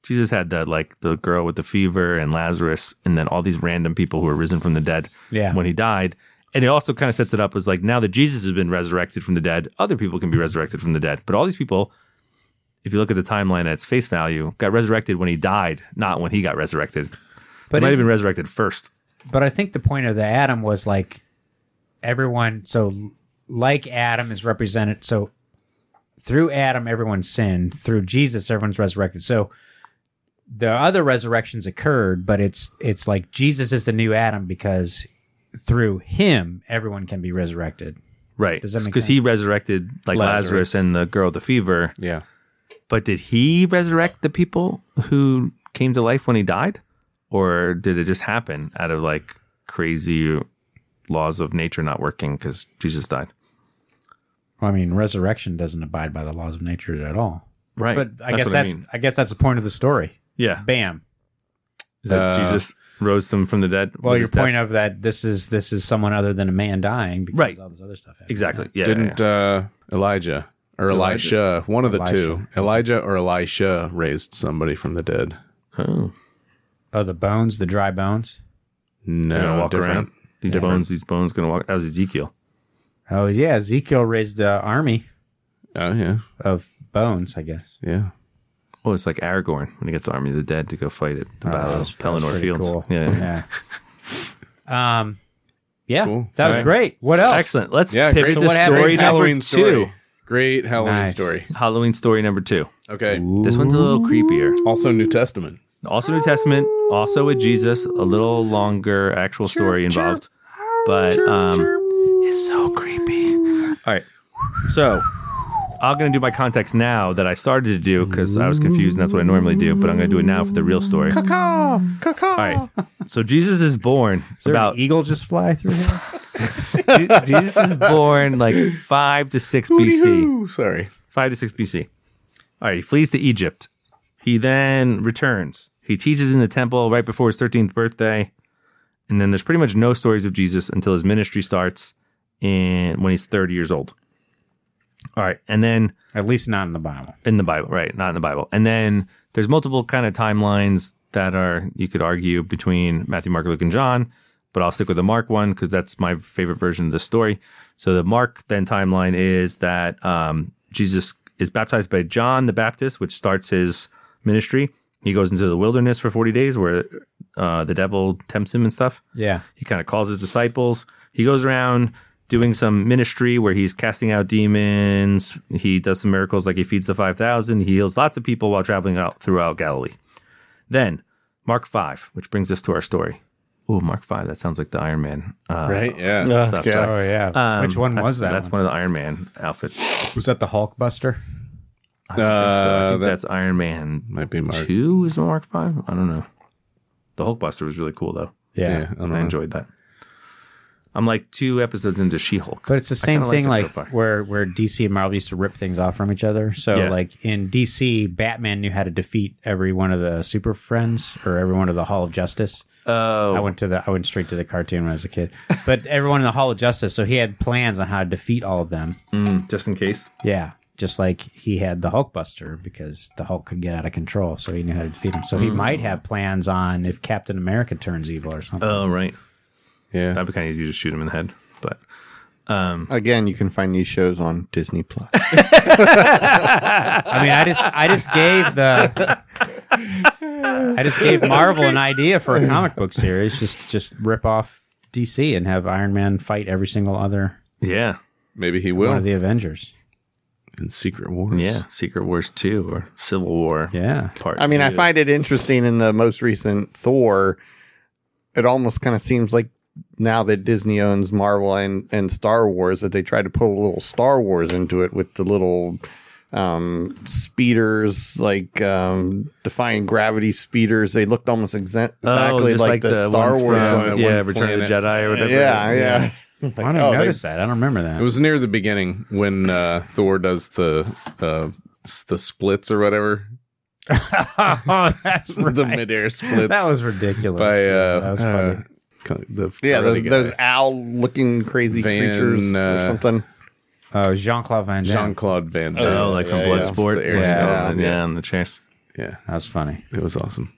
S3: Jesus had that, like the girl with the fever and Lazarus, and then all these random people who were risen from the dead
S2: Yeah.
S3: when he died. And it also kind of sets it up as like, now that Jesus has been resurrected from the dead, other people can be resurrected from the dead. But all these people, if you look at the timeline at its face value, got resurrected when he died, not when he got resurrected. But
S2: But
S3: might have
S2: isn't-
S3: been resurrected first.
S2: But I think the point of the Adam was like everyone. So like Adam is represented. So through Adam, everyone sinned. Through Jesus, everyone's resurrected. So the other resurrections occurred, but it's it's like Jesus is the new Adam because through him everyone can be resurrected.
S3: Right.
S2: Does that make
S3: Because he resurrected like Lazarus.
S1: Lazarus.
S3: and the girl with the fever.
S1: Yeah.
S3: But did he resurrect the people who came to life when he died? Or did it just happen out of like crazy laws of nature not working because Jesus died?
S2: Well, I mean, resurrection doesn't abide by the laws of nature at all.
S3: Right.
S2: But I guess that's I,
S3: mean.
S2: guess that's the point of the story.
S3: yeah.
S2: Bam.
S3: Is that
S1: Uh,
S3: Jesus rose them from the dead?
S2: Well,
S3: with
S2: your
S3: his death?
S2: point of that this is this is someone other than a man dying because
S3: Right.
S2: all this other stuff happened.
S3: Exactly. Yeah.
S1: Didn't Uh, Elijah or Elisha, one of the two, Elijah or Elisha raised somebody from the dead?
S2: uh,
S3: yeah. Oh.
S2: Oh, the bones, the dry bones.
S1: No,
S3: They're gonna walk
S1: different.
S3: around. These bones, these bones gonna walk. That was Ezekiel.
S2: Oh yeah, Ezekiel raised an army
S1: Oh yeah,
S2: of bones, I guess.
S1: yeah.
S3: Oh, it's like Aragorn when he gets the army of the dead to go fight it. The
S2: Oh,
S3: Battle of
S2: that's- that's
S3: Pelennor
S2: pretty
S3: Fields.
S2: cool.
S3: Yeah.
S2: Yeah. um, yeah,
S1: Cool.
S2: that was
S1: All right.
S2: great. What else?
S3: Excellent. Let's
S1: Yeah,
S3: pivot
S1: great-
S3: to
S2: So what happened-
S3: story
S1: Great
S3: number
S1: Halloween
S3: two.
S1: story. Great Halloween
S2: Nice.
S1: story.
S3: Halloween story number two.
S1: Okay.
S3: This one's a little creepier.
S1: Also, New Testament.
S3: Also New Testament, also with Jesus, a little longer actual story involved. But um it's so creepy. All right. So I'm gonna do my context now that I started to do because I was confused and that's what I normally do, but I'm gonna do it now for the real story. All right. So Jesus is born
S2: Did an e-
S3: (laughs) about
S2: eagle just fly through? Here?
S3: (laughs) Jesus is born like five to six BC.
S1: Ooh, sorry.
S3: five to six BC. All right, he flees to Egypt. He then returns. He teaches in the temple right before his 13th birthday. And then there's pretty much no stories of Jesus until his ministry starts in, when he's 30 years old. All right, and then
S2: At least not in the Bible.
S3: in the Bible, right? Not in the Bible. And then there's multiple kind of timelines that are you could argue between Matthew, Mark, Luke, and John. but I'll stick with the Mark one because that's my favorite version of the story. So the Mark then timeline is that um, Jesus is baptized by John the Baptist, which starts his ministry. He goes into the wilderness for 40 days where uh, the devil tempts him and stuff.
S2: Yeah.
S3: He kind of calls his disciples. He goes around doing some ministry where he's casting out demons. He does some miracles like he feeds the 5,000. He heals lots of people while traveling out throughout Galilee. Then, Mark 5, which brings us to our story. Ooh, Mark 5, that sounds like the Iron Man. Uh,
S1: Right? Yeah.
S3: Stuff.
S4: yeah.
S2: Oh yeah.
S3: um,
S2: Which one
S3: that's-
S2: was that?
S3: That's one of the Iron Man outfits. I think
S2: Was that the Hulkbuster?
S3: so. I
S1: Uh,
S3: think
S1: that-
S3: that's Iron Man
S1: Might be Mark.
S3: two is Mark Five. I don't know. The Hulkbuster was really cool though.
S1: Yeah. I don't
S3: I,
S1: know.
S3: enjoyed that. I'm like two episodes into She-Hulk.
S2: But it's the same
S3: kinda
S2: thing,
S3: like it
S2: like
S3: so far.
S2: where where DC and Marvel used to rip things off from each other. So,
S3: Yeah.
S2: like in DC, Batman knew how to defeat every one of the Super Friends or every one of the Hall of Justice.
S3: Oh,
S2: I went to the I went straight to the cartoon when I was a kid.
S3: (laughs)
S2: But everyone in the Hall of Justice, so he had plans on how to defeat all of them.
S3: mm, just in case.
S2: Yeah, just like he had the Hulkbuster because the Hulk could get out of control, so he knew how to defeat him. So
S3: Hmm.
S2: he might have plans on if Captain America turns evil or something.
S3: Oh, right.
S1: Yeah.
S3: That'd be kind of easy to shoot him in the head. But
S4: Again, you can find these shows on Disney Plus.
S2: I mean, I just I just gave the I just gave Marvel an idea for a comic book series. Just just rip off DC and have Iron Man fight every single other
S3: yeah,
S1: Maybe he
S2: one
S1: will.
S2: of the Avengers.
S1: in Secret Wars.
S3: yeah. Secret Wars two or Civil War.
S2: Yeah,
S1: (laughs)
S3: Part.
S4: I mean, I
S3: two.
S4: find it interesting in the most recent Thor. It almost kind of seems like now that Disney owns Marvel and, and Star Wars, that they try to put a little Star Wars into it with the little um, speeders, like um, defying gravity speeders. They looked almost exa-
S3: Oh,
S4: exactly
S3: just
S4: like, the, Star
S3: ones
S4: Wars
S3: from,
S4: one.
S3: yeah,
S1: one
S3: Return of the Jedi or whatever.
S4: Yeah, yeah.
S2: I didn't
S4: oh, they-
S2: notice that. I don't remember that. (laughs)
S1: It was (laughs) near the beginning when uh, Thor does the uh, s- the splits or whatever (laughs)
S2: oh, that's right.
S1: the
S2: (laughs)
S1: midair splits
S2: That was ridiculous.
S1: by
S2: Yeah,
S1: uh,
S2: that was
S1: uh,
S2: funny.
S1: co- the
S4: Yeah,
S1: other
S4: those,
S1: guy.
S4: those owl-looking crazy
S1: Van,
S4: creatures or
S1: uh,
S4: something.
S2: Oh, Jean Claude Van Damme.
S1: Jean Claude Van Damme.
S3: Oh, like some
S4: Yeah,
S3: blood
S4: yeah.
S3: sport.
S1: The air
S3: yeah.
S4: spells,
S3: yeah,
S1: yeah.
S3: and the chairs.
S1: yeah,
S2: that was funny.
S1: it was awesome.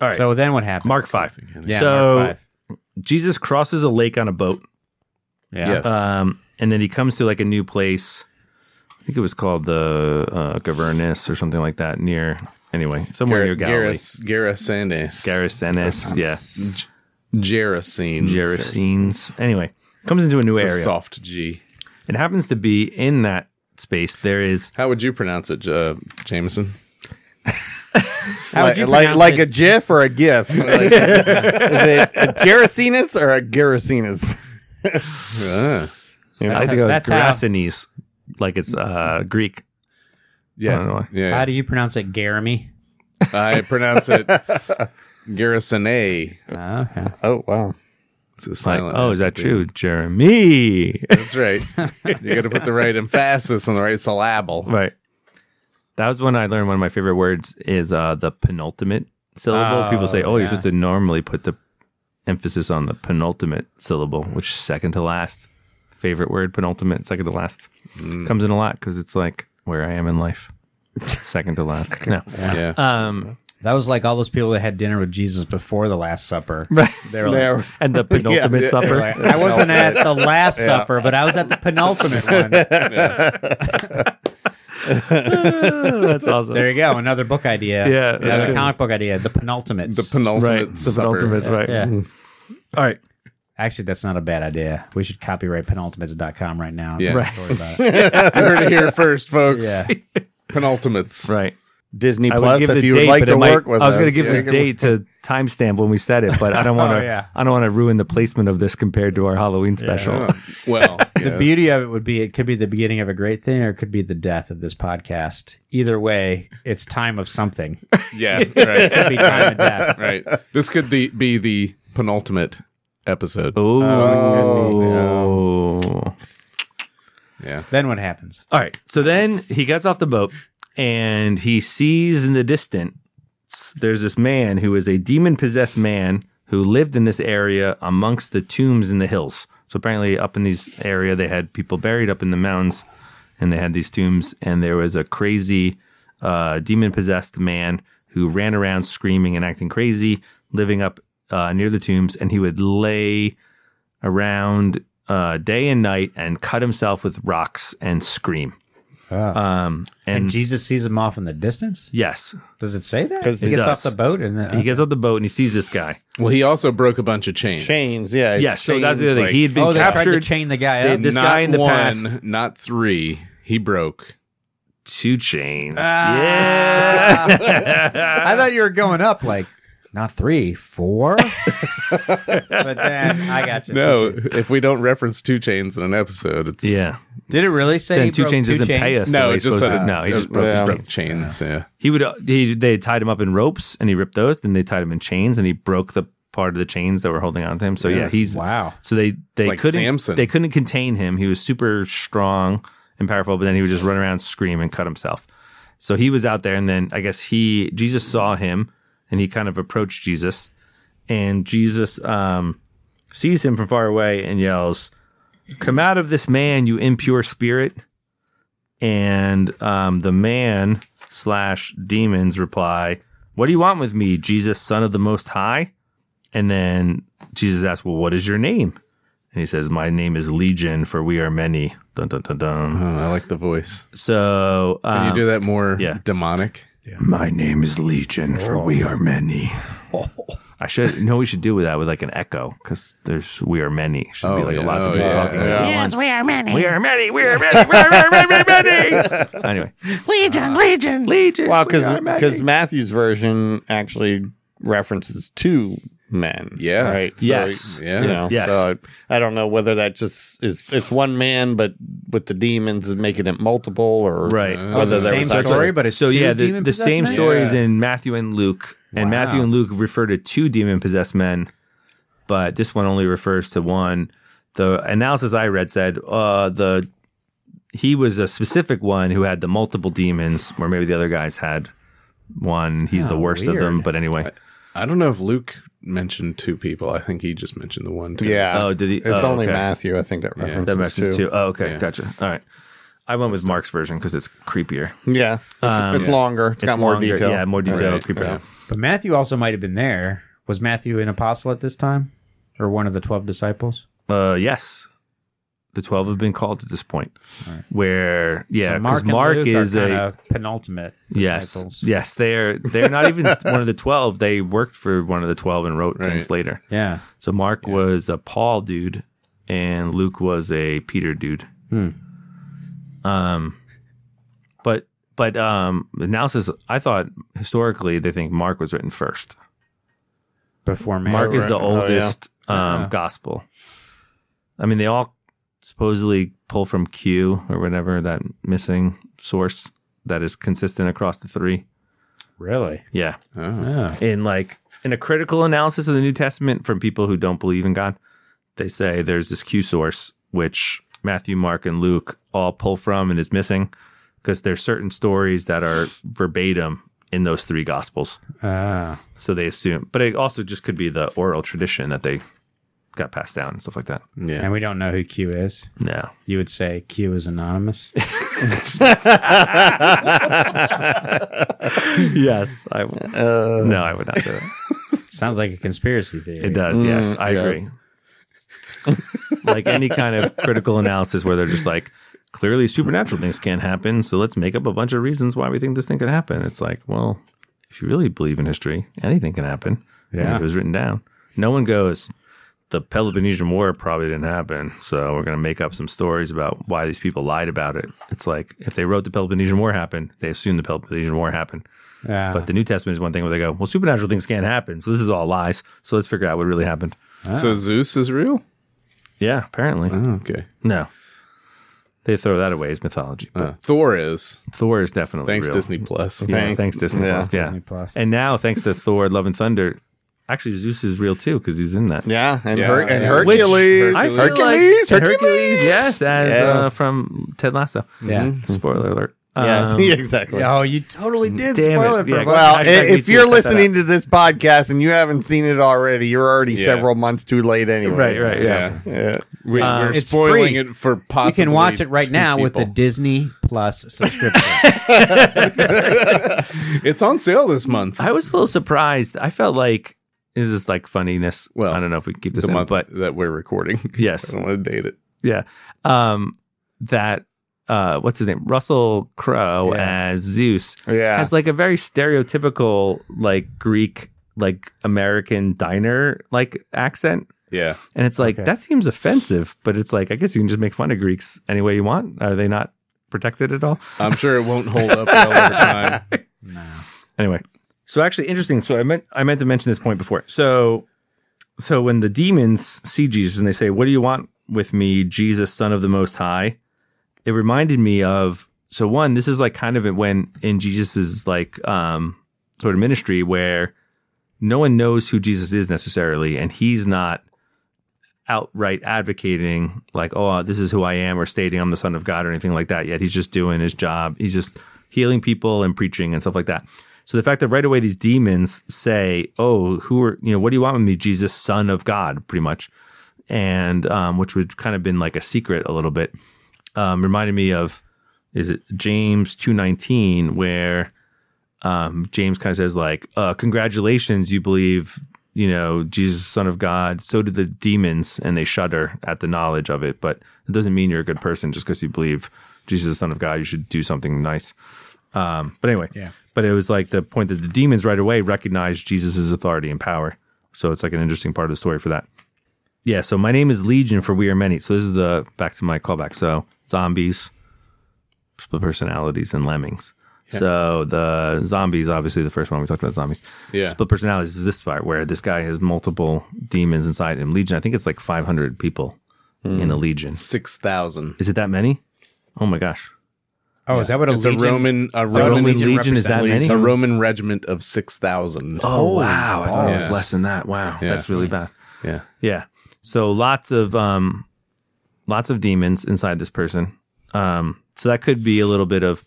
S3: All right.
S2: So then what happened?
S3: Mark five.
S2: yeah,
S3: so
S2: Mark five.
S3: Jesus crosses a lake on a boat,
S2: yeah. Uh,
S1: Yes.
S3: um, and then he comes to like a new place. I think it was called the uh, Governus or something like that. Near anyway, somewhere near Galilee.
S1: Garris Garrisanes.
S3: Garasenes, yeah,
S1: Gerasene.
S3: Gerasenes. Anyway, comes into a new
S1: It's a
S3: area.
S1: soft G.
S3: It happens to be in that space. There is
S1: How would you pronounce it, uh, Jameson?
S2: How would
S4: like,
S2: you
S4: like,
S2: pronounce
S4: like
S2: it?
S4: a GIF or a GIF?
S3: (laughs)
S4: Like, is it a Gerasenes or a Gerasenes?
S1: Uh,
S3: I like to go
S2: That's
S3: with
S2: how-
S3: Gerasenes, like it's uh, Greek. I don't know
S1: yeah,
S3: why.
S2: How
S1: yeah.
S2: do you pronounce it, Garamy?
S1: I pronounce (laughs) it Garrisone.
S2: Oh, okay.
S4: Oh wow!
S1: It's a
S3: Like,
S1: silent.
S3: oh, is
S1: S
S3: that
S1: at the
S3: true,
S1: end.
S3: Jeremy? (laughs)
S1: That's right. you got to put the right emphasis on the right syllable.
S3: Right. That was when I learned one of my favorite words is uh, the penultimate syllable. People say,
S2: Oh,
S3: "Oh,
S2: yeah.
S3: you're supposed to normally put the emphasis on the penultimate syllable, which is second to last." Favorite word, penultimate, second to last, comes in a lot because it's like where I am in life, second to last. no,
S1: Yeah.
S3: um,
S2: That was like all those people that had dinner with Jesus before the Last Supper.
S3: right. (laughs)
S2: They were like,
S4: There,
S3: And the penultimate
S4: (laughs) yeah.
S3: supper.
S2: I wasn't at the Last Supper, but I was at the penultimate one.
S3: (laughs) That's awesome.
S2: There you go, another book idea.
S3: Yeah, that's
S2: another
S3: good.
S2: comic book idea. The penultimates.
S1: the penultimate
S3: right, the
S1: supper.
S3: penultimate's right.
S2: yeah.
S3: All right.
S2: Actually, that's not a bad idea. We should copyright penultimates.com right now.
S1: Yeah.
S2: Right. About it.
S1: You heard it here first, folks.
S2: Yeah.
S1: (laughs) Penultimates.
S3: Right.
S4: Disney
S3: I would
S4: Plus.
S3: give
S4: If
S3: the
S4: you
S3: date,
S4: would like
S3: but
S4: to
S3: it might-
S4: work with,
S3: I was going to
S4: us.
S3: give
S4: Yeah. Oh,
S3: the date to timestamp when we said it, but I
S4: (laughs)
S3: don't want to.
S2: yeah.
S3: I don't want to ruin the placement of this compared to our Halloween special.
S1: Oh, well,
S2: The beauty of it would be it could be the beginning of a great thing or it could be the death of this podcast. Either way, it's time of something. It
S1: yeah, right,
S2: could be time of death.
S1: right. (laughs) This could be, be the penultimate episode.
S4: Oh,
S3: Ooh.
S1: Yeah,
S2: Then what happens?
S3: All right. So then he gets off the boat and he sees in the distance there's this man who is a demon possessed man who lived in this area amongst the tombs in the hills. So apparently up in this area they had people buried up in the mountains and they had these tombs and there was a crazy uh, demon possessed man who ran around screaming and acting crazy living up uh, near the tombs, and he would lay around uh, day and night and cut himself with rocks and scream. Um, and,
S2: And Jesus sees him off in the distance.
S3: yes,
S2: Does it say that?
S4: 'Cause
S2: he
S4: it
S2: gets
S3: does.
S2: off the boat and uh, then,
S3: he gets off the boat and he sees this guy.
S1: Well, he also broke a bunch of chains.
S4: Chains, yeah.
S3: Yeah, so that's the
S4: chains,
S3: other thing.
S4: like-
S3: He had been
S2: oh, they tried to
S3: captured
S2: chain the guy
S3: They-
S2: up.
S3: this
S1: not
S3: guy in the
S1: one,
S3: past-
S1: not three. He broke.
S3: two chains.
S2: (laughs) Ah.
S3: Yeah.
S2: (laughs) I thought you were going up like not three,
S3: (laughs)
S2: four. but then I got you.
S1: No,
S2: Two- two.
S1: if we don't reference two chains in an episode, it's
S3: yeah.
S2: did it really say
S3: Then
S2: he
S3: two
S2: broke
S3: chains
S2: two
S3: doesn't
S2: chains?
S3: pay us. the
S1: No,
S3: way
S1: it
S3: it's
S1: just
S3: supposed
S1: said
S3: to-
S1: it-
S3: no. He
S1: it
S3: just broke
S1: broke,
S3: his
S1: just
S4: Yeah.
S1: broke chains. Yeah.
S3: He would uh, he they tied him up in ropes and he ripped those, then they tied him in chains and he broke the part of the chains that were holding on to him. So yeah, he's
S2: Wow.
S3: So they they
S1: like
S3: couldn't
S1: Samson.
S3: they couldn't contain him. He was super strong and powerful, but then he would just run around scream and cut himself. So he was out there, and then I guess he Jesus saw him, and he kind of approached Jesus, and Jesus um, sees him from far away and yells, "Come out of this man, you impure spirit!" And um, the man slash demons reply, "What do you want with me, Jesus, Son of the Most High?" And then Jesus asks, "Well, what is your name?" And he says, "My name is Legion, for we are many." Dun dun dun dun.
S1: Oh, I like the voice.
S3: So
S1: Can
S3: um,
S1: you do that more
S3: yeah.
S1: demonic?
S3: My name is Legion, for
S1: Oh.
S3: we
S1: (laughs)
S3: are many. I should know we should do with that with like an echo because there's we are many should be
S1: Oh,
S3: like
S1: yeah.
S3: lots of
S1: Oh,
S3: people
S1: yeah.
S3: talking.
S4: Yeah.
S3: at
S5: Yes,
S3: once.
S5: we are many.
S3: We are
S1: (laughs)
S3: many. We are many. We are many. many, many. (laughs) Anyway,
S1: Ah.
S5: Legion, Legion.
S3: Legion.
S4: Well,
S3: we are many.
S4: because Matthew's version actually references two men.
S1: Yeah.
S4: Right.
S3: Yes.
S4: You know,
S3: Yes.
S4: So I, I don't know whether that just is it's one man, but with the demons is making it multiple, or
S3: Right.
S1: uh,
S4: whether
S2: Oh, the
S4: there
S2: same
S4: was actually-
S2: story, but it's
S3: so
S2: two
S3: yeah, the, the
S2: demon-possessed
S3: same
S2: men?
S3: story
S4: Yeah.
S3: is in Matthew and Luke, and
S2: Wow.
S3: Matthew and Luke refer to two demon possessed men, but this one only refers to one. The analysis I read said uh, the he was a specific one who had the multiple demons, where maybe the other guys had one. He's the
S2: Oh,
S3: worst of them,
S2: weird.
S3: but anyway.
S1: I don't know if Luke mentioned two people. I think he just mentioned the one. Too.
S4: Yeah.
S3: Oh, did he?
S4: It's
S3: oh,
S4: only
S3: okay.
S4: Matthew, I think, that references
S3: That mentions
S4: two.
S3: two. Oh, okay,
S1: Yeah.
S3: gotcha. All right, I went with Mark's version because it's creepier.
S4: Yeah. It's, it's longer. it's got more
S3: Um, longer.
S4: detail.
S3: Yeah, more detail. creepier.
S4: yeah.
S2: But Matthew also might have been there. Was Matthew an apostle at this time, or one of the twelve disciples?
S3: Uh, yes, the twelve have been called at this point. Where yeah,
S2: So
S3: because
S2: and
S3: Mark,
S2: Luke are
S3: is a
S2: kinda penultimate.
S3: yes,
S2: disciples.
S3: yes. They're they're
S2: (laughs)
S3: not even one of the twelve. They worked for one of the twelve and wrote
S1: Right.
S3: things later.
S2: yeah.
S3: So Mark was a Paul dude, and Luke was a Peter dude.
S2: Hmm.
S3: Um, but but um, analysis. I thought historically they think Mark was written first.
S2: Before Matthew.
S3: Mark is the
S4: Oh, yeah.
S3: oldest um,
S2: Yeah.
S3: gospel. I mean, they all supposedly pull from Q or whatever that missing source that is consistent across the three.
S2: really.
S3: Yeah,
S1: Oh,
S2: Yeah.
S3: in like in a critical analysis of the New Testament from people who don't believe in God, they say there's this Q source which Matthew, Mark, and Luke all pull from and is missing because there's certain stories that are verbatim in those three gospels.
S2: Ah.
S3: So they assume, but it also just could be the oral tradition that they got passed down and stuff like that.
S1: Yeah.
S2: and we don't know who Q is.
S3: No.
S2: You would say Q is anonymous.
S3: yes, I would. no, I would not do that.
S2: Sounds like a conspiracy theory.
S3: It does. Yes, I agree. (laughs) like any kind of critical analysis where they're just like, clearly supernatural things can't happen, so let's make up a bunch of reasons why we think this thing could happen. It's like, well, if you really believe in history, anything can happen. And
S2: Yeah.
S3: if it was written down, no one goes. The Peloponnesian War probably didn't happen, so we're going to make up some stories about why these people lied about it. It's like if they wrote the Peloponnesian War happened, they assumed the Peloponnesian War happened.
S2: Yeah.
S3: But the New Testament is one thing where they go, well, supernatural things can't happen. So this is all lies. So let's figure out what really happened.
S1: So Zeus is real.
S3: Yeah, apparently.
S4: Uh-huh.
S1: Oh, okay.
S3: No. They throw that away as mythology. But
S1: Uh, Thor is.
S3: Thor is definitely
S1: Thanks
S3: real.
S1: Disney Plus.
S3: Yeah,
S4: Uh-huh. Thanks.
S3: thanks. Disney
S4: Yeah.
S3: Plus. Yeah.
S2: Disney Plus.
S3: And now, thanks to Thor, Love and Thunder, actually, Zeus is real too because he's in that.
S4: Yeah. And,
S1: Yeah.
S4: Her- and
S1: Yeah.
S3: Which-
S4: Hercules.
S3: I feel like-
S4: Hercules.
S3: and
S4: Hercules.
S3: Yes, as
S4: Yeah.
S3: uh, from Ted Lasso.
S2: yeah.
S3: mm-hmm. Spoiler alert.
S4: (laughs) Yeah.
S3: Um,
S4: exactly.
S2: Oh, you totally did
S3: Damn
S2: spoil
S3: it.
S2: it, for
S3: Yeah,
S2: a
S3: go-
S2: bunch
S4: Well, i-
S3: Hashtag me
S4: if
S3: too,
S4: you're
S3: cut that
S4: listening to this podcast and you haven't seen it already, you're already
S1: Yeah.
S4: several months too late anyway.
S3: Right, right. Yeah.
S4: Yeah.
S1: We,
S3: Uh,
S1: we're
S2: it's
S1: spoiling
S2: free.
S1: it for
S2: You
S1: possibly.
S2: can watch it right
S1: two
S2: now with the (laughs)
S1: people.
S2: Disney Plus
S3: (laughs)
S2: subscription.
S1: It's on sale this month.
S3: I was a little surprised. I felt like This is like funniness.
S1: Well,
S3: I don't know if we can keep this
S1: the
S3: in,
S1: month
S3: but
S1: that we're recording. I
S3: yes,
S1: don't want to date it.
S3: yeah. Um, that uh, what's his name? Russell Crowe
S2: Yeah.
S3: as Zeus
S4: Yeah.
S3: has like a very stereotypical like Greek like American diner like accent.
S1: Yeah.
S3: And it's like
S2: Okay.
S3: that seems offensive, but it's like I guess you can just make fun of Greeks any way you want. Are they not protected at all?
S1: I'm sure it won't hold up well over time.
S3: Anyway, so actually interesting. So I meant I meant to mention this point before. So so when the demons see Jesus and they say, "What do you want with me, Jesus, Son of the Most High?" It reminded me of so one. This is like kind of when in Jesus's like um, sort of ministry where no one knows who Jesus is necessarily, and he's not outright advocating like, "Oh, this is who I am," or stating I'm the Son of God or anything like that. Yet he's just doing his job. He's just healing people and preaching and stuff like that. So the fact that right away these demons say, "Oh, who are you know? What do you want with me, Jesus, Son of God?" Pretty much, and um, which would kind of been like a secret a little bit. Um, reminded me of is it James two nineteen where um, James kind of says like, uh, "Congratulations, you believe." You know, Jesus, Son of God. So do the demons, and they shudder at the knowledge of it. But it doesn't mean you're a good person just because you believe Jesus, Son of God. You should do something nice. Um, but anyway,
S2: Yeah.
S3: But it was like the point that the demons right away recognized Jesus' authority and power. So it's like an interesting part of the story for that. Yeah. So my name is Legion for we are many. So this is the back to my callback. So zombies, split personalities, and lemmings. So the zombies, obviously, the first one we talked about zombies.
S1: Yeah.
S3: Split personalities is this part where this guy has multiple demons inside him. Legion, I think it's like 500 people in a legion.
S1: Six thousand.
S3: Is it that many? Oh my gosh.
S2: Oh, is that what a
S1: It's a
S2: legion-
S1: Roman a
S3: The Roman
S1: Roman
S3: legion, is that
S2: represents-
S3: many?
S1: a Roman regiment of six thousand.
S3: Oh wow! I thought it was
S1: balls.
S3: less than that. Wow,
S1: Yeah.
S3: that's really bad.
S1: Yeah.
S3: Yeah. So lots of um, lots of demons inside this person. Um, so that could be a little bit of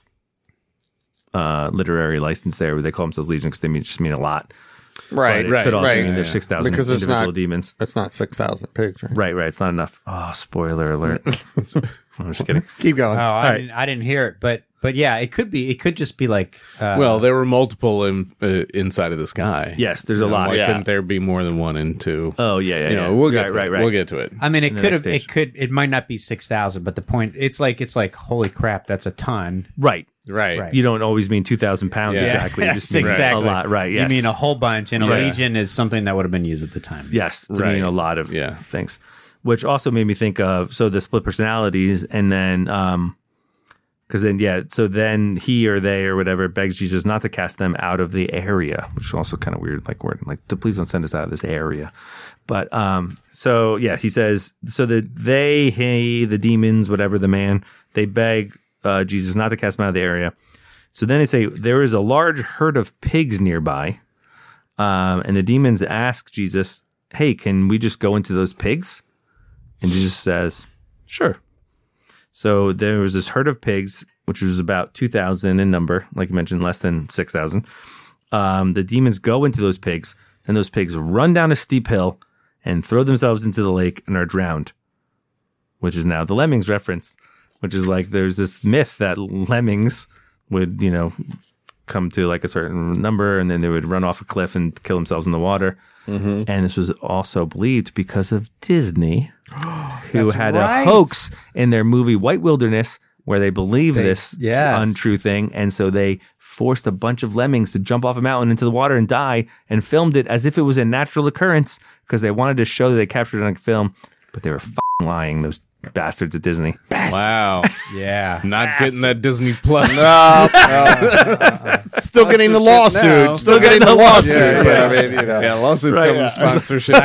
S3: uh literary license there, where they call themselves legion because they mean, just mean a lot.
S4: right.
S3: But it
S4: Right.
S3: Could also
S4: right.
S3: mean there's
S1: Yeah.
S3: six thousand
S4: Because it's
S3: individual
S4: not-
S3: demons.
S4: That's not 6,000 pigs, right?
S3: Right. Right. It's not enough. Oh, spoiler
S1: (laughs)
S3: alert! I'm just kidding.
S4: Keep going.
S2: Oh,
S3: (laughs)
S2: I,
S3: right.
S2: didn't, I didn't hear it, but but yeah, it could be. It could just be like uh,
S1: Well, there were multiple in, uh, inside of this guy.
S3: Yes, there's a lot.
S1: Why
S3: Yeah.
S1: couldn't there be more than one and two?
S3: Oh yeah, yeah,
S1: you
S3: yeah.
S1: know, we'll get
S3: right,
S1: to
S3: right,
S1: it.
S3: right.
S1: We'll get to it.
S2: I mean, it
S3: in the
S2: could
S3: next
S2: have. It
S3: station.
S2: could. It might not be six thousand, but the point. It's like it's like holy crap, that's a ton.
S3: right.
S1: Right.
S2: Right.
S3: You don't always mean two thousand
S1: (laughs)
S3: pounds
S1: Yeah.
S3: exactly. You just mean
S2: exactly.
S3: a lot. Right. Yes.
S2: You mean a whole bunch, and a
S3: Right.
S2: legion is something that would have been used at the time.
S3: Yes, to
S1: Right.
S3: mean a lot of
S1: Yeah.
S3: things, which also made me think of so the split personalities, and then um, because then yeah, so then he or they or whatever begs Jesus not to cast them out of the area, which is also kind of weird, like word, like to please don't send us out of this area. But um, so yeah, he says so that they, hey, the demons, whatever the man, they beg uh, Jesus not to cast them out of the area. So then they say there is a large herd of pigs nearby. Um, and the demons ask Jesus, Hey, can we just go into those pigs? And Jesus says, Sure. So there was this herd of pigs, which was about 2,000 in number, like you mentioned, less than 6,000. Um, the demons go into those pigs, and those pigs run down a steep hill and throw themselves into the lake and are drowned, which is now the lemmings reference, which is like there's this myth that lemmings would, you know, come to like a certain number and then they would run off a cliff and kill themselves in the water. And this was also believed because of Disney, who had a
S2: right.
S3: hoax in their movie White Wilderness where they believed this
S2: yes.
S3: untrue thing. And so they forced a bunch of lemmings to jump off a mountain into the water and die and filmed it as if it was a natural occurrence because they wanted to show that they captured it on film, but they were fing lying, those bastards at Disney.
S1: Wow.
S3: (laughs)
S2: Yeah.
S1: Not getting that Disney Plus. (laughs)
S3: Oh,
S4: No, no. still getting the
S1: Sponsorship now.
S4: lawsuit. Still getting the lawsuit.
S1: Yeah,
S4: but I
S1: yeah.
S4: mean, you know.
S1: Yeah, lawsuits come with
S3: (laughs)
S1: sponsorship.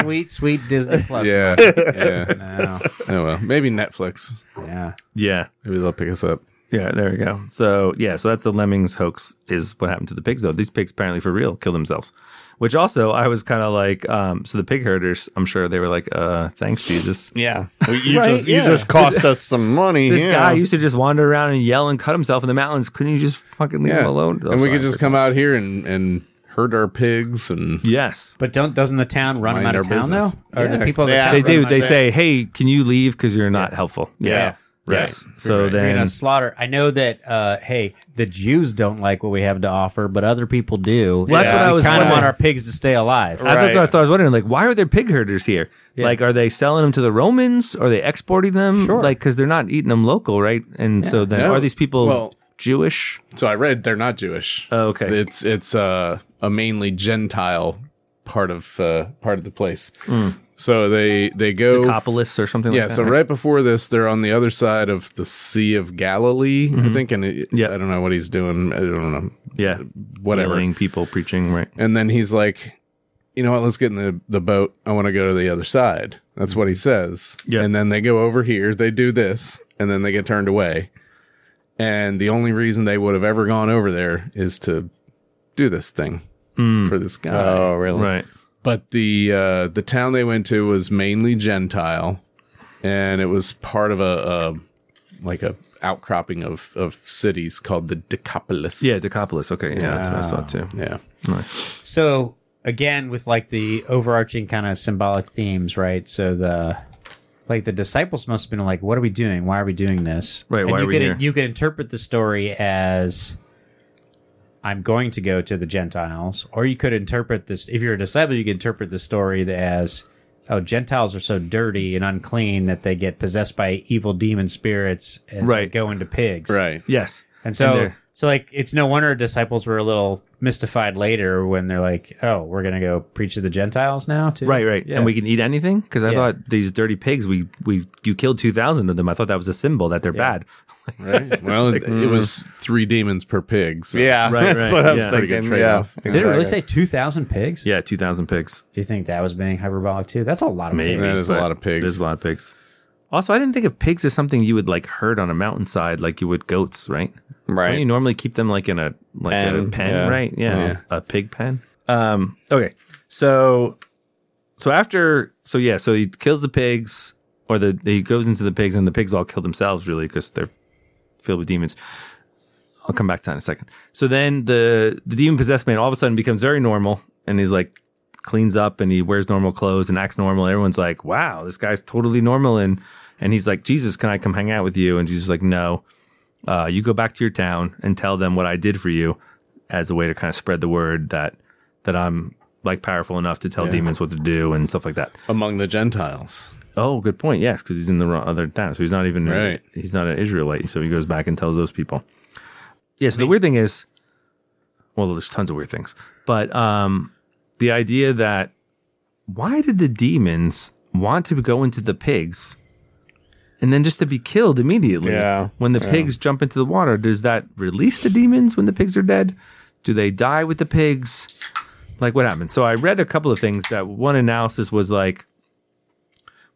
S2: sweet, sweet Disney Plus.
S1: yeah. Yeah.
S2: Wow.
S1: Oh well, maybe Netflix.
S2: Yeah.
S3: Yeah.
S1: Maybe they'll pick us up.
S3: Yeah, there we go. So yeah, so that's the lemmings hoax is what happened to the pigs though. These pigs apparently for real killed themselves. Which also I was kind of like, um, so the pig herders, I'm sure they were like, uh, thanks Jesus.
S4: Yeah. Well, you,
S3: Right,
S4: just, you
S3: yeah.
S4: just cost us some money.
S3: This
S4: yeah.
S3: guy used to just wander around and yell and cut himself in the mountains. Couldn't you just fucking leave him alone?
S1: and we could just come out here and and herd our pigs and
S3: Yes,
S2: But don't doesn't the town run
S1: Mind
S2: them out of
S1: our
S2: town
S1: business.
S2: though? Or
S1: Yeah.
S2: the people of the
S4: Yeah.
S2: town
S3: they
S2: run
S3: do.
S2: them out
S3: They
S2: of
S3: say, "Hey, can you leave? Because you're not helpful." Yeah.
S4: Yeah.
S3: Right. So
S2: You're
S3: then,
S2: gonna slaughter. I know that. Uh, hey, the Jews don't like what we have to offer, but other people do.
S3: Well, that's
S2: Yeah.
S3: what I
S2: We
S3: was
S2: kind of want
S3: wondering.
S2: our pigs to stay alive.
S3: I- that's
S4: Right.
S3: what I- so I was wondering. Like, why are there pig herders here? Like, are they selling them to the Romans? Are they exporting them?
S2: Sure.
S3: Like, because they're not eating them local, right? And so then,
S1: No.
S3: are these people
S1: Well-
S3: Jewish?
S1: So I read they're not Jewish.
S3: Oh, okay.
S1: It's it's uh, a mainly Gentile part of uh, part of the place.
S3: Hmm.
S1: So they they go
S3: Decapolis or something
S1: yeah,
S3: like that.
S1: so
S3: right?
S1: right before this, they're on the other side of the Sea of Galilee, I think, and it,
S3: Mm-hmm. Yeah.
S1: I don't know what he's doing. I don't know,
S3: Yeah.
S1: whatever.
S3: Healing people preaching, right?
S1: And then he's like, you know what? Let's get in the, the boat. I want to go to the other side. That's what he says.
S3: Yeah.
S1: And then they go over here. They do this, and then they get turned away. And the only reason they would have ever gone over there is to do this thing for this guy.
S4: Oh, really?
S3: Hmm. Right.
S1: But the uh, the town they went to was mainly Gentile, and it was part of a, a like a outcropping of of cities called the Decapolis.
S3: Yeah, Decapolis. Okay. Yeah, that's what I saw too.
S1: yeah.
S2: So again, with like the overarching kind of symbolic themes, right? So the like the disciples must have been like, "What are we doing? Why are we doing this?"
S3: Right,
S2: And
S3: why
S2: you
S3: are we
S2: could,
S3: here?
S2: You could interpret the story as. I'm going to go to the Gentiles, or you could interpret this. If you're a disciple, you could interpret the story as, "Oh, Gentiles are so dirty and unclean that they get possessed by evil demon spirits and
S3: Right.
S2: go into pigs."
S1: Right.
S3: Yes.
S2: And so,
S3: they're-
S2: so like, it's no wonder disciples were a little mystified later when they're like, "Oh, we're gonna go preach to the Gentiles now, too."
S3: Right, right.
S2: Yeah.
S3: And we can eat anything because I
S2: Yeah.
S3: thought these dirty pigs. We we you killed two thousand of them. I thought that was a symbol that they're bad.
S1: (laughs) Right. Well, it, it was three demons per pig. So.
S4: Yeah,
S3: (laughs) Right, right.
S4: that's what I was
S3: mm. Yeah.
S1: Pretty good
S4: thinking. Yeah,
S1: trade-off.
S2: Did it really say two thousand pigs?
S3: Yeah, two thousand pigs.
S2: Do you think that was being hyperbolic too? That's a lot of
S3: Maybe
S2: pigs.
S1: That is a
S3: but
S1: lot of pigs.
S3: There's a lot of pigs. Also, I didn't think of pigs as something you would like herd on a mountainside like you would goats, right? Don't
S4: Right.
S3: you normally keep them like in a like a
S4: Pen,
S3: pen,
S4: yeah.
S3: right? Yeah. A pig pen. Um okay. So so after so yeah, so he kills the pigs or the he goes into the pigs and the pigs all kill themselves really cuz they're filled with demons. I'll come back to that in a second. So then the the demon possessed man all of a sudden becomes very normal and he's like cleans up and he wears normal clothes and acts normal. Everyone's like, "Wow, this guy's totally normal." And and he's like, "Jesus, can I come hang out with you?" And Jesus is like, "No, uh, you go back to your town and tell them what I did for you, as a way to kind of spread the word that that I'm like powerful enough to tell demons what to do and stuff like that."
S1: among the Gentiles.
S3: Oh, good point. Yes, because he's in the wrong other town, so he's not even
S1: Right.
S3: He's not an Israelite, so he goes back and tells those people. Yeah. So the weird thing is, well, there's tons of weird things, but um, the idea that why did the demons want to go into the pigs, and then just to be killed immediately?
S4: Yeah,
S3: When the pigs jump into the water, does that release the demons when the pigs are dead? Do they die with the pigs? Like what happened? So I read a couple of things that one analysis was like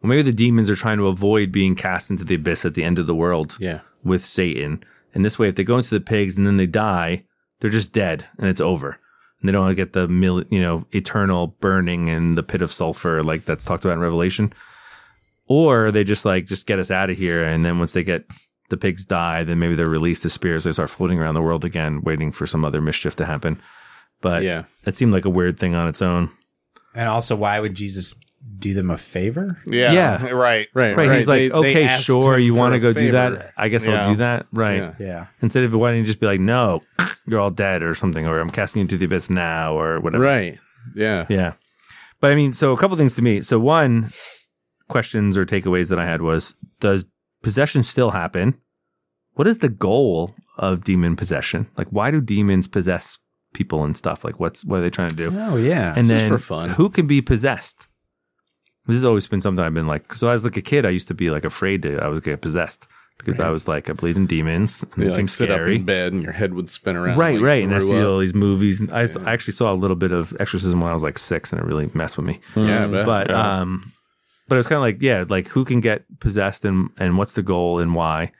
S3: well, maybe the demons are trying to avoid being cast into the abyss at the end of the world
S1: Yeah.
S3: with Satan. And this way, if they go into the pigs and then they die, they're just dead and it's over. And they don't get the mil- you know eternal burning in the pit of sulfur like that's talked about in Revelation. Or they just like just get us out of here, and then once they get the pigs die, then maybe they're released as spirits. They start floating around the world again, waiting for some other mischief to happen. But
S1: Yeah.
S3: that seemed like a weird thing on its own.
S2: And also, why would Jesus do them a favor?
S4: Yeah,
S3: Yeah.
S4: right,
S1: Right,
S3: Right? He's
S1: They-
S3: like,
S1: they
S3: okay,
S1: asked
S3: sure,
S1: him
S3: you
S1: for
S3: want
S1: a
S3: to go do
S1: favor.
S3: that? I guess
S4: Yeah.
S3: I'll do that. Right.
S1: Yeah.
S2: Yeah.
S3: Instead of why don't you just be like, no, you're all dead or something, or I'm casting you into the abyss now, or whatever.
S1: Right. Yeah.
S3: Yeah. But I mean, so a couple things to me. So one questions or takeaways that I had was does possession still happen? What is the goal of demon possession? Like why do demons possess people and stuff? Like what's what are they trying to do?
S2: Oh yeah.
S3: and
S1: Just
S3: then
S1: for fun.
S3: who can be possessed? This has always been something I've been like. So as like a kid, I used to be like afraid to I was get possessed because I was like I believe in demons. And
S1: You,
S3: this
S1: like
S3: seems
S1: sit
S3: scary.
S1: up in bed and your head would spin around.
S3: Right,
S1: like,
S3: right. And I
S1: throw
S3: see
S1: up.
S3: all these movies. And I, I actually saw a little bit of Exorcism when I was like six, and it really messed with me.
S1: Yeah, but,
S3: Mm,
S1: uh,
S3: But um, but it was kind of like yeah, like who can get possessed and and what's the goal and why.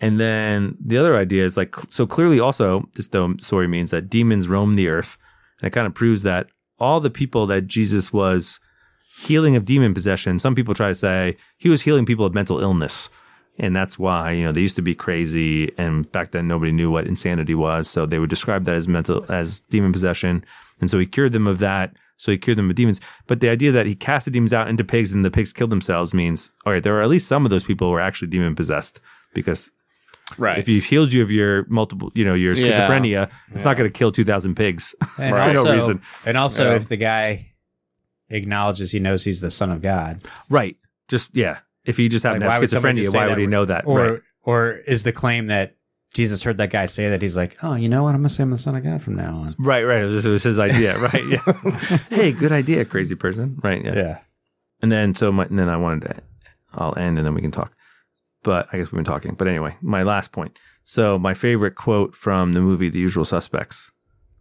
S3: And then the other idea is like so clearly also this dome story means that demons roam the earth, and it kind of proves that all the people that Jesus was healing of demon possession. Some people try to say he was healing people of mental illness. And that's why, you know, they used to be crazy and back then nobody knew what insanity was. So they would describe that as mental as demon possession. And so he cured them of that. So he cured them of demons. But the idea that he cast the demons out into pigs and the pigs killed themselves means all right, there are at least some of those people who are actually demon possessed because
S5: Right.
S3: if you've healed you of your multiple, you know, your
S5: Yeah.
S3: schizophrenia, it's not going to kill 2,000 pigs. (laughs)
S2: And
S3: Right. No
S2: also,
S3: reason.
S2: And also
S3: Yeah.
S2: if the guy acknowledges he knows he's the son of God,
S3: right. Just, yeah. If he just happened
S2: Like, why
S3: to have
S2: would somebody
S3: schizophrenia,
S2: say
S3: why
S2: that
S3: would he
S2: word?
S3: know that?
S2: or
S3: right.
S2: or is the claim that Jesus heard that guy say that he's like, oh, you know what? I'm gonna say I'm the son of God from now on.
S3: Right, right. It was, it was his idea, right? Yeah. hey, good idea, crazy person. Right. Yeah. And then so my and then I wanted to I'll end and then we can talk. But I guess we've been talking. But anyway, my last point. So my favorite quote from the movie The Usual Suspects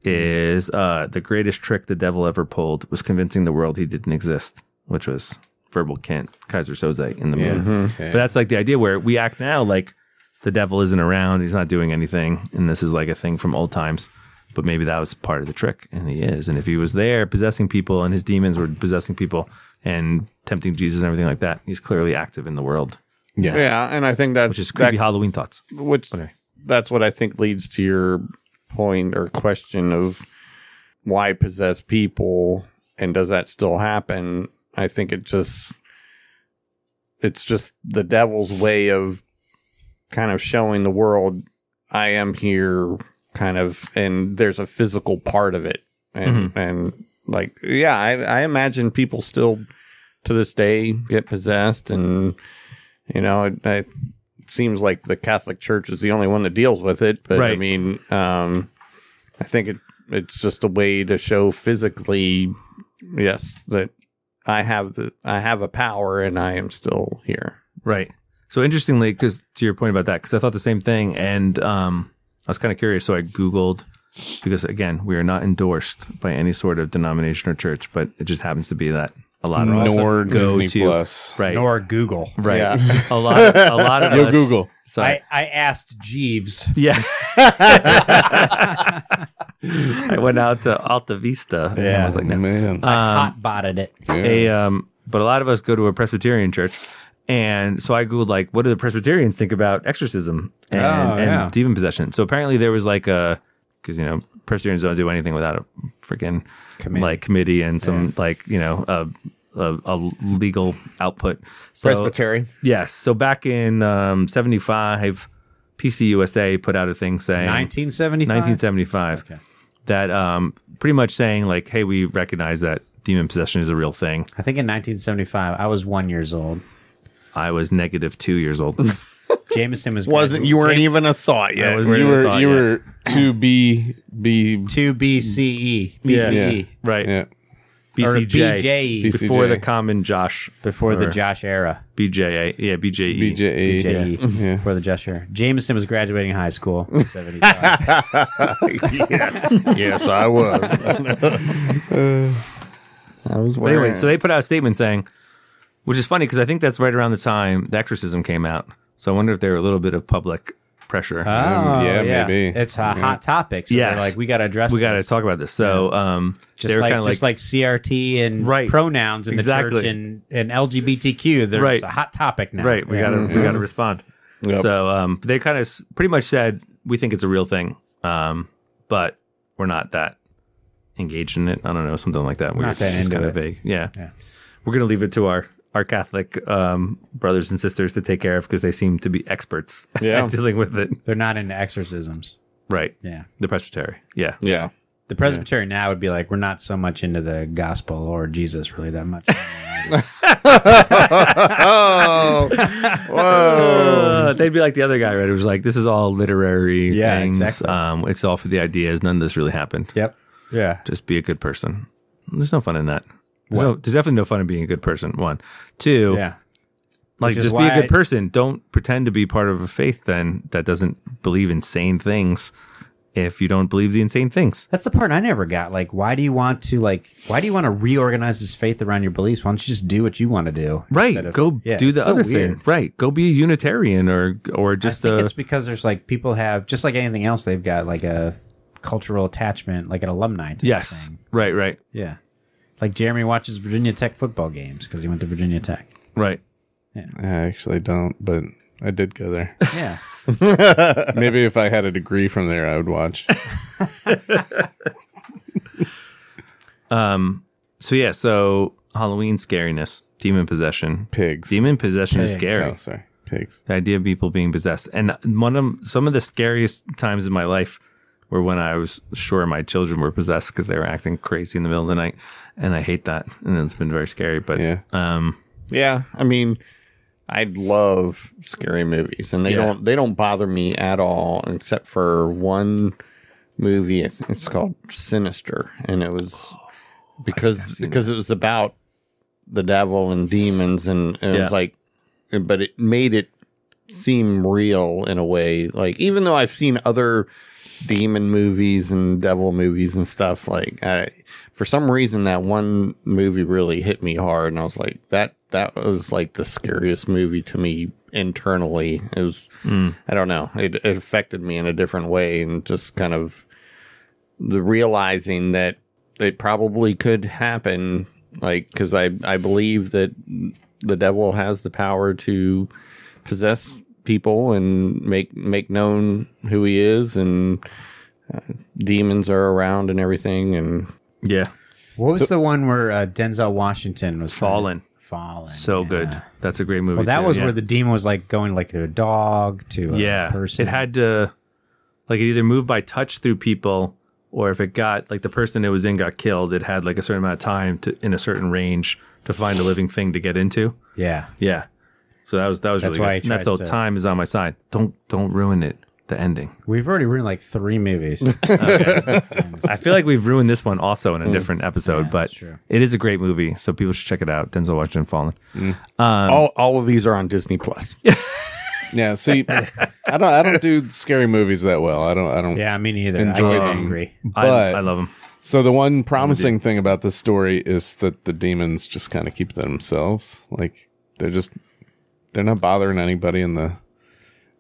S3: is uh, the greatest trick the devil ever pulled was convincing the world he didn't exist, which was verbal Kent Kaiser Soze in the movie. But that's like the idea where we act now like the devil isn't around, he's not doing anything, and this is like a thing from old times. But maybe that was part of the trick, and he is. And if he was there possessing people and his demons were possessing people and tempting Jesus and everything like that, he's clearly active in the world,
S4: Yeah. and I think that's
S3: which is
S4: that
S3: creepy Halloween thoughts.
S4: which that's what I think leads to your point or question of why possess people and does that still happen? I think it just it's just the devil's way of kind of showing the world I am here kind of and there's a physical part of it. And and like yeah, I, I imagine people still to this day get possessed and you know, it, it seems like the Catholic Church is the only one that deals with it, but I
S3: Right.
S4: mean, um, I think it it's just a way to show physically, yes, that I have the I have a power and I am still here.
S3: Right. So interestingly, because to your point about that, because I thought the same thing, and um, I was kind of curious, so I googled because again, we are not endorsed by any sort of denomination or church, but it just happens to be that a lot of us
S5: Nor
S3: go
S5: Disney
S3: to
S5: Plus.
S3: right,
S2: Nor Google.
S3: right,
S4: Yeah.
S3: a lot, of, a lot of
S5: Yo,
S3: us-
S5: Google.
S3: So
S2: I, I asked Jeeves.
S3: (laughs) yeah. I went out to Alta Vista. Yeah, and I was like, no. Uh,
S5: man.
S2: Hot botted it.
S3: a um but a lot of us go to a Presbyterian church. And so I googled like what do the Presbyterians think about exorcism and,
S5: Oh,
S3: and
S5: yeah.
S3: demon possession. So apparently there was like a because you know Presbyterians don't do anything without a freaking like committee and some like you know a, a, a legal output. So,
S4: Presbyterian.
S3: Yes. So back in um, seventy five, PCUSA put out a thing saying
S2: 1975.
S3: 1975 that um, pretty much saying like hey we recognize that demon possession is a real thing
S2: I think in 1975, I was one years old.
S3: i was negative two years
S2: (laughs)
S3: old (laughs)
S2: Jameson was
S4: Wasn't you weren't even a thought
S3: I
S4: yet.
S3: was-
S5: you
S3: Really
S5: were
S3: thought,
S5: you
S3: yeah.
S5: were to be be
S2: two BCE BCE
S3: right
S5: yeah
S2: E. or
S3: bcj
S2: BJE
S5: BC.
S3: before
S5: BCJ.
S3: the common josh
S2: before the
S3: Or-
S2: Josh era.
S3: bja yeah E. bje
S1: E.
S5: BJE.
S2: JE
S5: Yeah. Yeah.
S2: before the Josh era. Jameson was graduating high
S3: (laughs)
S2: school. in 75.
S4: yes, I was.
S3: (laughs)
S4: I was
S3: but
S4: wearing.
S3: anyway so they put out a statement saying which is funny because i think that's right around the time the exorcism came out so i wonder if there were a little bit of public pressure
S2: Oh,
S5: yeah, maybe.
S2: It's a hot topic. So they're
S3: Yes.
S2: like we got to address.
S3: we got to
S2: this.
S3: talk about this so um they
S2: Just
S3: were
S2: like,
S3: kind of
S2: just like CRT and
S3: Right.
S2: pronouns in the church
S3: Exactly.
S2: and, and LGBTQ. There's
S3: Right.
S2: a hot topic now.
S3: Right. We gotta we
S2: Mm-hmm.
S3: gotta respond.
S4: Yep.
S3: So um, they kind of pretty much said we think it's a real thing, um, but we're not that engaged in it. I don't know, something like that. We're
S2: Not that
S3: just
S2: into
S3: kind of
S2: it.
S3: vague. Yeah.
S2: Yeah.
S3: We're gonna leave it to our our Catholic um, brothers and sisters to take care of because they seem to be experts (laughs)
S5: Yeah.
S3: at dealing with it.
S2: They're not into exorcisms.
S3: Right.
S2: Yeah.
S3: The presbytery. Yeah.
S4: yeah.
S2: The Presbyterian now would be like, we're not so much into the gospel or Jesus really that
S3: (laughs)
S2: much.
S4: Oh, whoa.
S3: Uh, they'd be like the other guy, right? It was like this is all literary
S2: Yeah,
S3: things.
S2: exactly.
S3: Um, it's all for the ideas. None of this really happened.
S2: yep. Yeah.
S3: just be a good person. There's no fun in that. There's, no, there's definitely no fun in being a good person. One, two,
S2: Yeah.
S3: like
S2: Which is
S3: just be a
S2: why
S3: good
S2: I-
S3: person. Don't pretend to be part of a faith then that doesn't believe insane things. If you don't believe the insane things,
S2: That's the part I never got. Like, why do you want to like? Why do you want to reorganize this faith around your beliefs? Why don't you just do what you want to do?
S3: right?
S2: instead of-
S3: go
S2: Yeah,
S3: do the
S2: it's so
S3: other
S2: weird.
S3: thing, right? Go be a Unitarian or or just uh,
S2: I think
S3: a
S2: it's because there's like people have just like anything else, they've got like a cultural attachment, like an alumni. Type
S3: yes,
S2: thing.
S3: right, right,
S2: yeah. Like Jeremy watches Virginia Tech football games because he went to Virginia
S3: (laughs)
S2: Tech.
S3: right.
S5: I actually don't, but I did go there.
S2: Yeah,
S5: Maybe if I had a degree from there, I would watch.
S3: So yeah, so Halloween scariness, demon possession,
S5: Pigs.
S3: demon possession is
S2: Pigs.
S3: scary.
S5: Oh, sorry. pigs.
S3: the idea of people being possessed. And one of some of the scariest times in my life were when I was sure my children were possessed because they were acting crazy in the middle of the night, and I hate that. And it's been very scary. But
S5: Yeah.
S3: um,
S4: Yeah, I mean, I love scary movies, and they
S3: Yeah.
S4: don't they don't bother me at all, except for one movie. It's, it's called Sinister, and it was because because it was about the devil and demons, and, and it
S3: Yeah.
S4: was like, but it made it seem real in a way. Like even though I've seen other demon movies and devil movies and stuff, like I, for some reason that one movie really hit me hard, and I was like that that was like the scariest movie to me internally. It was I don't know it, it affected me in a different way, and just kind of the realizing that it probably could happen. Like because I I believe that the devil has the power to possess people and make make known who he is and uh, demons are around and everything and
S3: yeah,
S2: What was the one where uh, Denzel Washington was
S3: Fallen.
S2: Fallen.
S3: so
S2: yeah.
S3: good. That's a great movie.
S2: Well, that
S3: too,
S2: was
S3: yeah.
S2: where the demon was like going like to a dog to a
S3: yeah
S2: person.
S3: it had to like it either moved by touch through people or if it got like the person it was in got killed it had like a certain amount of time to in a certain range to find a living thing to get into
S2: yeah.
S3: yeah so that was that was
S2: That's why
S3: really
S2: he
S3: good and that's
S2: tries
S3: how
S2: to-
S3: time is on my side don't don't ruin it the ending
S2: We've already ruined like three movies.
S3: (laughs) i feel like we've ruined this one also in a different episode but
S2: that's true.
S3: it is a great movie so people should check it out denzel washington fallen Um,
S4: all all of these are on Disney (laughs) Plus.
S5: Yeah,
S3: (laughs)
S5: see, I don't I don't do scary movies that well. I don't I don't
S2: yeah, me neither.
S5: Enjoy-
S2: I get angry.
S5: But-
S3: I, I love him
S5: So the one promising thing about this story is that the demons just kind of keep to themselves. Like they're just they're not bothering anybody in the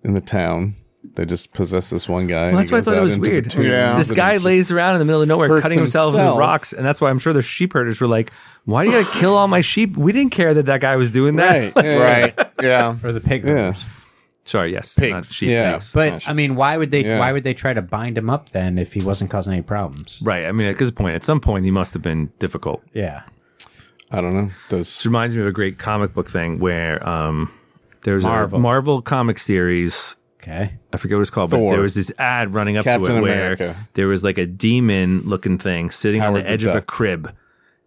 S5: in the town. They just possess this one guy.
S3: Well,
S5: and
S3: that's
S5: he
S3: why I
S5: goes
S3: thought it
S5: out
S3: was
S5: into the
S3: weird.
S5: tombs
S3: This
S5: and
S3: guy
S5: he's
S3: lays around in the middle of nowhere,
S5: hurts
S3: cutting himself, with
S5: himself.
S3: rocks, and that's why I'm sure the sheep herders were like, "Why do you gotta kill all my sheep? We didn't care that that guy was doing that."
S5: just- (laughs) right, yeah,
S4: Yeah.
S2: Or the pig.
S5: yeah.
S2: robbers.
S3: (laughs) Sorry, yes,
S4: Pigs.
S3: not sheep.
S5: Yeah.
S3: pigs.
S2: But I mean, why would they?
S5: Yeah.
S2: Why would they try to bind him up then if he wasn't causing any problems?
S3: right. I mean, at this point, at some point, he must have been difficult.
S2: Yeah.
S5: I don't know.
S3: This
S5: Those
S3: reminds me of a great comic book thing where um, there was
S2: Marvel.
S3: a Marvel comic series
S2: Okay.
S3: I forget what it's called, but
S5: Thor.
S3: there was this ad running up to
S5: Captain
S3: it
S5: America.
S3: where there was like a demon looking thing sitting on
S5: Howard
S3: the
S5: the
S3: edge of a
S5: Duck.
S3: crib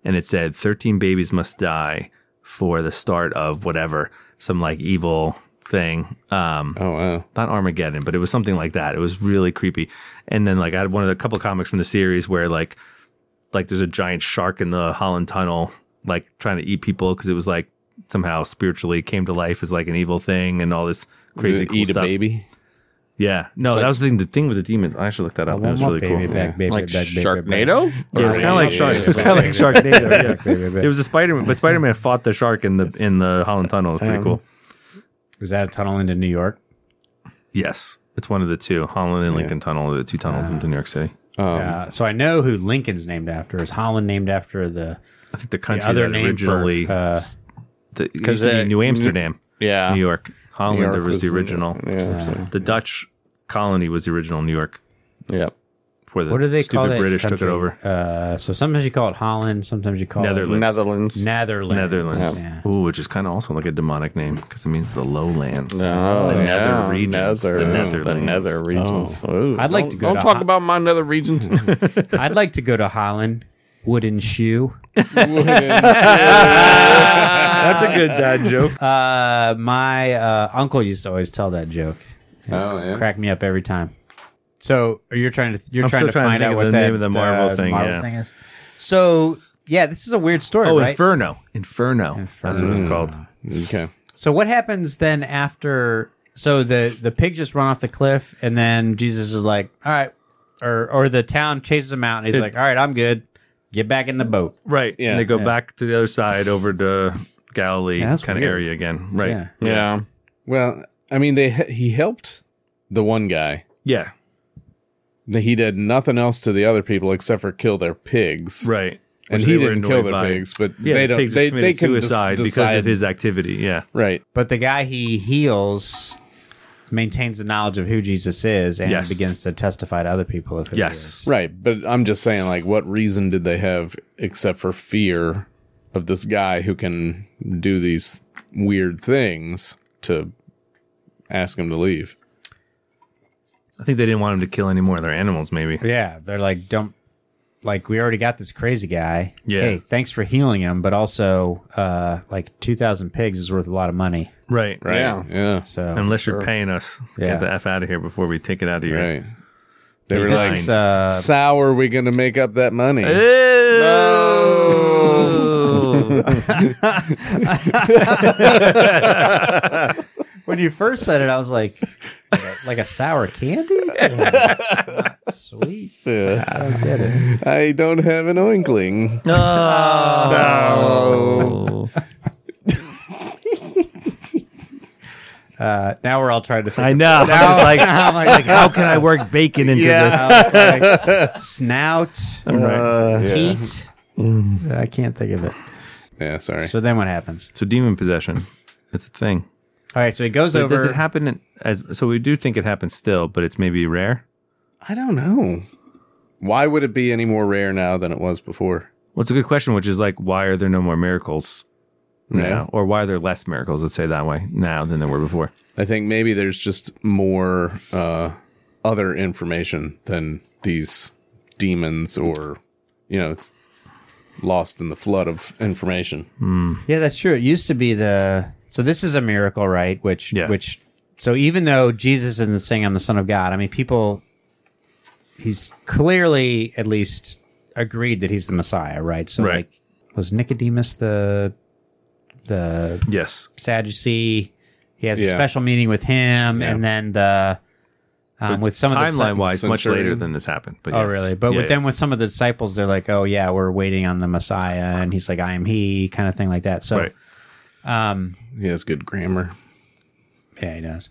S3: and it said 13 babies must die for the start of whatever, some like evil thing. Um
S5: Oh wow.
S3: not Armageddon, but it was something like that. It was really creepy. And then like I had one of the couple comics from the series where like like there's a giant shark in the Holland Tunnel, like trying to eat people because it was like somehow spiritually came to life as like an evil thing and all this crazy cool
S5: eat a
S3: stuff.
S5: baby.
S3: Yeah, no, that was the thing. The thing with the demons, I actually looked that up. That was really cool.
S2: back, baby,
S4: Like
S2: back, baby,
S4: Sharknado?
S3: Yeah, it was kind of like Shark. It was kind of like Sharknado. Yeah. It was a Spider Man, but Spider Man fought the shark in the in the Holland Tunnel. It was pretty cool.
S2: back. Is that a tunnel into New York?
S3: Yes, it's one of the two Holland and Lincoln Tunnel, are the two tunnels
S2: Ah.
S3: into New York City.
S2: uh, so I know who Lincoln's named after. Is Holland named after the
S3: I think the country
S2: other
S3: that
S2: name
S3: originally
S2: for, uh,
S3: the, it used
S4: Cause,
S3: to be
S4: uh,
S3: New Amsterdam,
S4: Yeah.
S3: New York, Holland. there was the original.
S4: Yeah.
S3: The Dutch colony was the original New York.
S4: yeah.
S3: Before the
S2: What do they
S3: stupid
S2: call that
S3: British took
S2: country?
S3: it over.
S2: Uh, so sometimes you call it Holland, sometimes you call
S3: Netherlands.
S4: Netherlands.
S2: it Netherlands.
S3: Netherlands.
S2: Yeah.
S3: Ooh, which is kind of also like a demonic name because it means the lowlands.
S4: Oh,
S3: the
S4: yeah.
S3: nether regions.
S4: Nether-
S3: the Oh. nether
S4: the nether regions. Ooh,
S2: I'd like
S4: don't-
S2: to go
S4: Don't
S2: to
S4: talk
S2: Ho-
S4: about my nether regions.
S3: (laughs)
S2: I'd like to go to Holland. Wooden shoe.
S3: That's a good dad
S2: (laughs)
S3: joke.
S2: Uh, my uh, uncle used to always tell that joke.
S5: Oh yeah.
S2: Crack me up every time. So you're trying to you're
S3: I'm
S2: trying
S3: still
S2: to
S3: trying to
S2: find
S3: think
S2: out
S3: of
S2: what
S3: the
S2: that,
S3: name of the Marvel
S2: uh,
S3: thing,
S2: Marvel
S3: yeah.
S2: thing is. So yeah, this is a weird story,
S3: Oh,
S2: right? Mm.
S3: Inferno. Inferno. That's what it's called.
S5: Okay.
S2: So what happens then after? So the the pig just run off the cliff, and then Jesus is like, "All right," or or the town chases him out, and he's like, "All right, I'm good. Get back in the boat."
S3: Right. Yeah. And they go back to the other side over to Galilee
S2: Yeah, that's
S3: kind of
S2: weird.
S3: area again. Right.
S2: Yeah.
S3: Yeah.
S4: yeah.
S5: Well, I mean, they he helped the one guy. He did nothing else to the other people except for kill their pigs.
S3: Right.
S5: and
S3: Which
S5: he
S3: they were
S5: didn't kill
S3: annoyed
S5: their
S3: by.
S5: pigs, but
S3: Yeah,
S5: they
S3: the
S5: don't.
S3: pigs
S5: they
S3: just
S5: they
S3: committed
S5: can just
S3: suicide because
S5: decide-
S3: of his activity. Yeah.
S5: right.
S2: But the guy he heals maintains the knowledge of who Jesus is and
S3: Yes.
S2: begins to testify to other people of who he
S3: Yes.
S2: is.
S5: Right, but I'm just saying, like, what reason did they have except for fear of this guy who can do these weird things to ask him to leave.
S3: I think they didn't want him to kill any more of their animals, maybe.
S2: Yeah, they're like, don't like we already got this crazy guy.
S3: Yeah.
S2: Hey, thanks for healing him, but also uh like two thousand pigs is worth a lot of money.
S3: Right.
S5: Right?
S4: Yeah.
S5: Yeah.
S2: So
S3: Unless you're paying us.
S2: Yeah.
S3: Get the F out of here before we take it out of here.
S5: Right. They were
S3: This
S5: like,
S3: is,
S2: it's, uh
S5: so how are we going to make up that money?
S3: Eh.
S2: when you first said it, I was like like a sour candy?
S3: (laughs)
S2: Sweet.
S5: I don't get it. I don't have an oinkling.
S3: Oh.
S2: Uh, now we're all trying to
S3: (laughs) I
S2: figure
S3: know. I (laughs) was like,
S2: (laughs) I'm like,
S3: how can I work bacon into this?
S2: I was like, snout,
S5: uh, yeah.
S2: teat. Mm. I can't think of it.
S5: yeah, sorry.
S2: So then what happens?
S3: So demon possession. It's a thing.
S2: All right, so he goes
S3: So
S2: over.
S3: does it happen in, as so we do think it happens still, but it's maybe rare?
S5: I don't know. Why would it be any more rare now than it was before?
S3: Well, it's a good question, which is like, why are there no more miracles now?
S5: Yeah.
S3: Or why are there less miracles, let's say that way, now than there were before?
S5: I think maybe there's just more uh, other information than these demons, or you know, it's lost in the flood of information.
S2: Yeah, that's true. It used to be the so this is a miracle, right? Which
S3: Yeah.
S2: which so even though Jesus isn't saying I'm the Son of God, I mean people he's clearly at least agreed that he's the Messiah, right? So
S3: Right.
S2: like was Nicodemus the the
S3: Yes.
S2: Sadducee? He has a
S5: Yeah.
S2: special meeting with him, and then the um, with some of the Sa-
S3: Timeline wise, much
S5: Centurion.
S3: later than this happened. But
S2: Oh,
S3: yes.
S2: really? But
S3: Yeah,
S2: with
S3: yeah.
S2: then with some of the disciples, they're like, "Oh yeah, we're waiting on the Messiah," and he's like, "I am He," kind of thing like that. So,
S3: Right.
S2: um,
S5: He has good grammar.
S2: yeah, he does.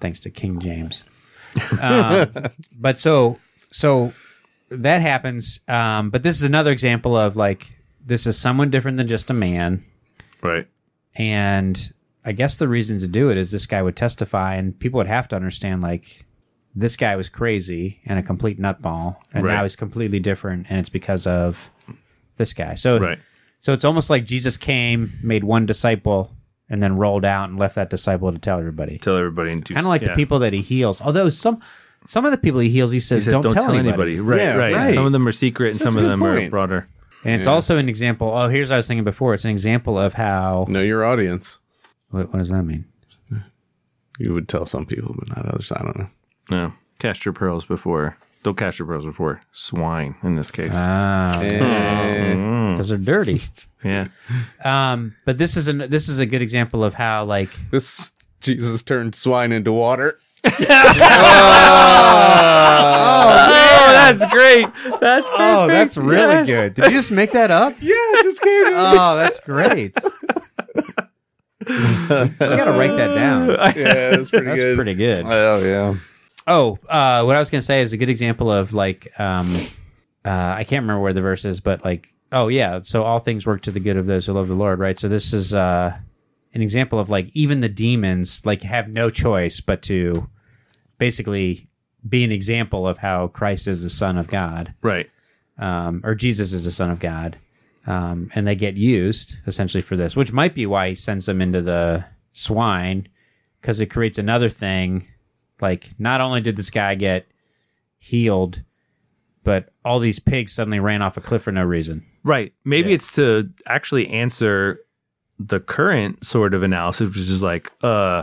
S2: Thanks to King James. (laughs) um, but so so that happens. Um, but this is another example of like this is someone different than just a man,
S3: Right.
S2: and I guess the reason to do it is this guy would testify, and people would have to understand like. This guy was crazy and a complete nutball, and
S3: Right.
S2: now he's completely different, and it's because of this guy. So,
S3: Right.
S2: so it's almost like Jesus came, made one disciple, and then rolled out and left that disciple to tell everybody.
S3: Tell everybody in two
S2: Kind of like
S3: yeah.
S2: the people that he heals. Although some some of the people he heals, he says,
S3: He said,
S2: don't, tell, anybody.
S3: Right,
S5: Yeah,
S3: right.
S5: right.
S3: Some of them are secret and some of
S5: a good
S3: them are
S5: point.
S3: broader.
S2: And it's also an example. Oh, here's what I was thinking before. It's an example of how.
S5: Know your audience.
S2: What, what does that mean?
S5: You would tell some people, but not others. I don't know.
S3: No. Cast your pearls before. Don't cast your pearls before swine in this case.
S2: Ah.
S3: Hmm.
S2: Because they're dirty.
S3: yeah.
S2: um, but this is an this is a good example of how like
S5: This Jesus turned swine into water.
S3: Oh, that's great. That's
S2: oh that's really good. Did you just make that up?
S5: Yeah, it just came. to-
S2: Oh, that's great. (laughs) you gotta write that down.
S5: yeah, that's
S3: (laughs)
S5: pretty
S2: (laughs) That's
S5: good.
S2: pretty good.
S5: Oh yeah.
S2: Oh, uh, what I was gonna say is a good example of like um, uh, I can't remember where the verse is, but like oh yeah, so all things work to the good of those who love the Lord, right? So this is uh, an example of like even the demons like have no choice but to basically be an example of how Christ is the Son of God,
S3: Right.
S2: um, or Jesus is the Son of God, um, and they get used essentially for this, which might be why he sends them into the swine because it creates another thing. Like, not only did this guy get healed, but all these pigs suddenly ran off a cliff for no reason.
S3: Right. Maybe it's to actually answer the current sort of analysis, which is like, uh,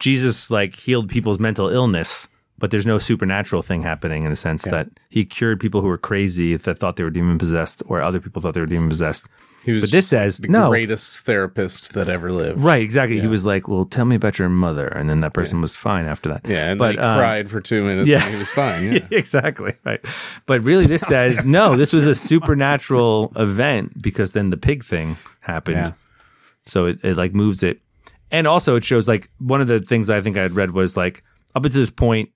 S3: Jesus like healed people's mental illness, but there's no supernatural thing happening in the sense that he cured people who were crazy that thought they were demon possessed or other people thought they were demon possessed.
S5: He was
S3: But this says
S5: the
S3: no.
S5: greatest therapist that ever lived.
S3: Right, exactly. He was like, "Well, tell me about your mother," and then that person was fine after that.
S5: Yeah, and but,
S3: but
S5: he
S3: um,
S5: cried for two minutes.
S3: yeah.
S5: and he was fine.
S3: (laughs)
S5: Yeah.
S3: exactly right. But really, this says no. This was a supernatural event because then the pig thing happened.
S2: Yeah.
S3: So it, it like moves it, and also it shows like one of the things I think I had read was like up until this point,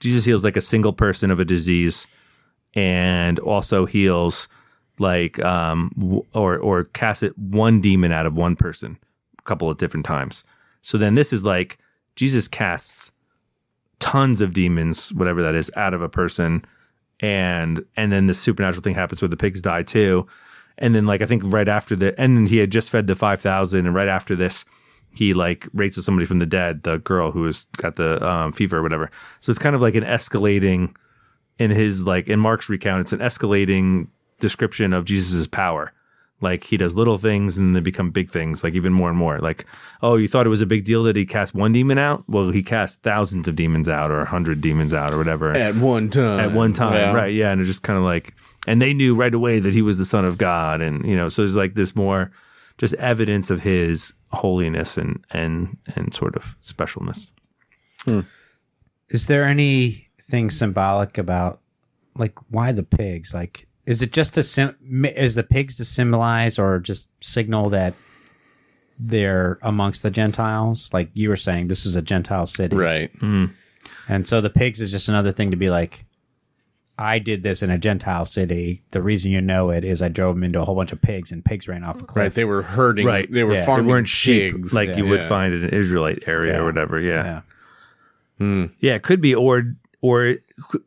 S3: Jesus heals like a single person of a disease, and also heals like um w- or or casts it one demon out of one person a couple of different times. So then this is like Jesus casts tons of demons, whatever that is, out of a person, and and then this supernatural thing happens where the pigs die too, and then like I think right after the and then he had just fed the five thousand, and right after this, he like raises somebody from the dead, the girl who has got the um, fever or whatever. So it's kind of like an escalating in his like in Mark's recount, it's an escalating description of Jesus's power. Like he does little things and they become big things, like even more and more. Like, oh, you thought it was a big deal that he cast one demon out? Well, he cast thousands of demons out or a hundred demons out or whatever
S1: at one time.
S3: at one time, right? Uh, Yeah, and it just kind of like, and they knew right away that he was the son of God, and you know, so there's like this more just evidence of his holiness and and and sort of specialness.
S2: Is there anything symbolic about like why the pigs? Like, is it just to sim- mi- is the pigs to symbolize or just signal that they're amongst the Gentiles? Like you were saying, this is a Gentile city,
S5: Right.
S2: And so the pigs is just another thing to be like, I did this in a Gentile city. The reason you know it is I drove them into a whole bunch of pigs, and pigs ran off a cliff.
S5: Right. They were herding.
S3: Right.
S5: They were
S2: Yeah. They
S5: farming.
S3: They weren't sheep
S5: pigs.
S3: like you would
S5: Yeah.
S3: find in an Israelite area
S2: Yeah.
S3: or whatever. Yeah.
S2: Yeah.
S3: yeah, it could be or or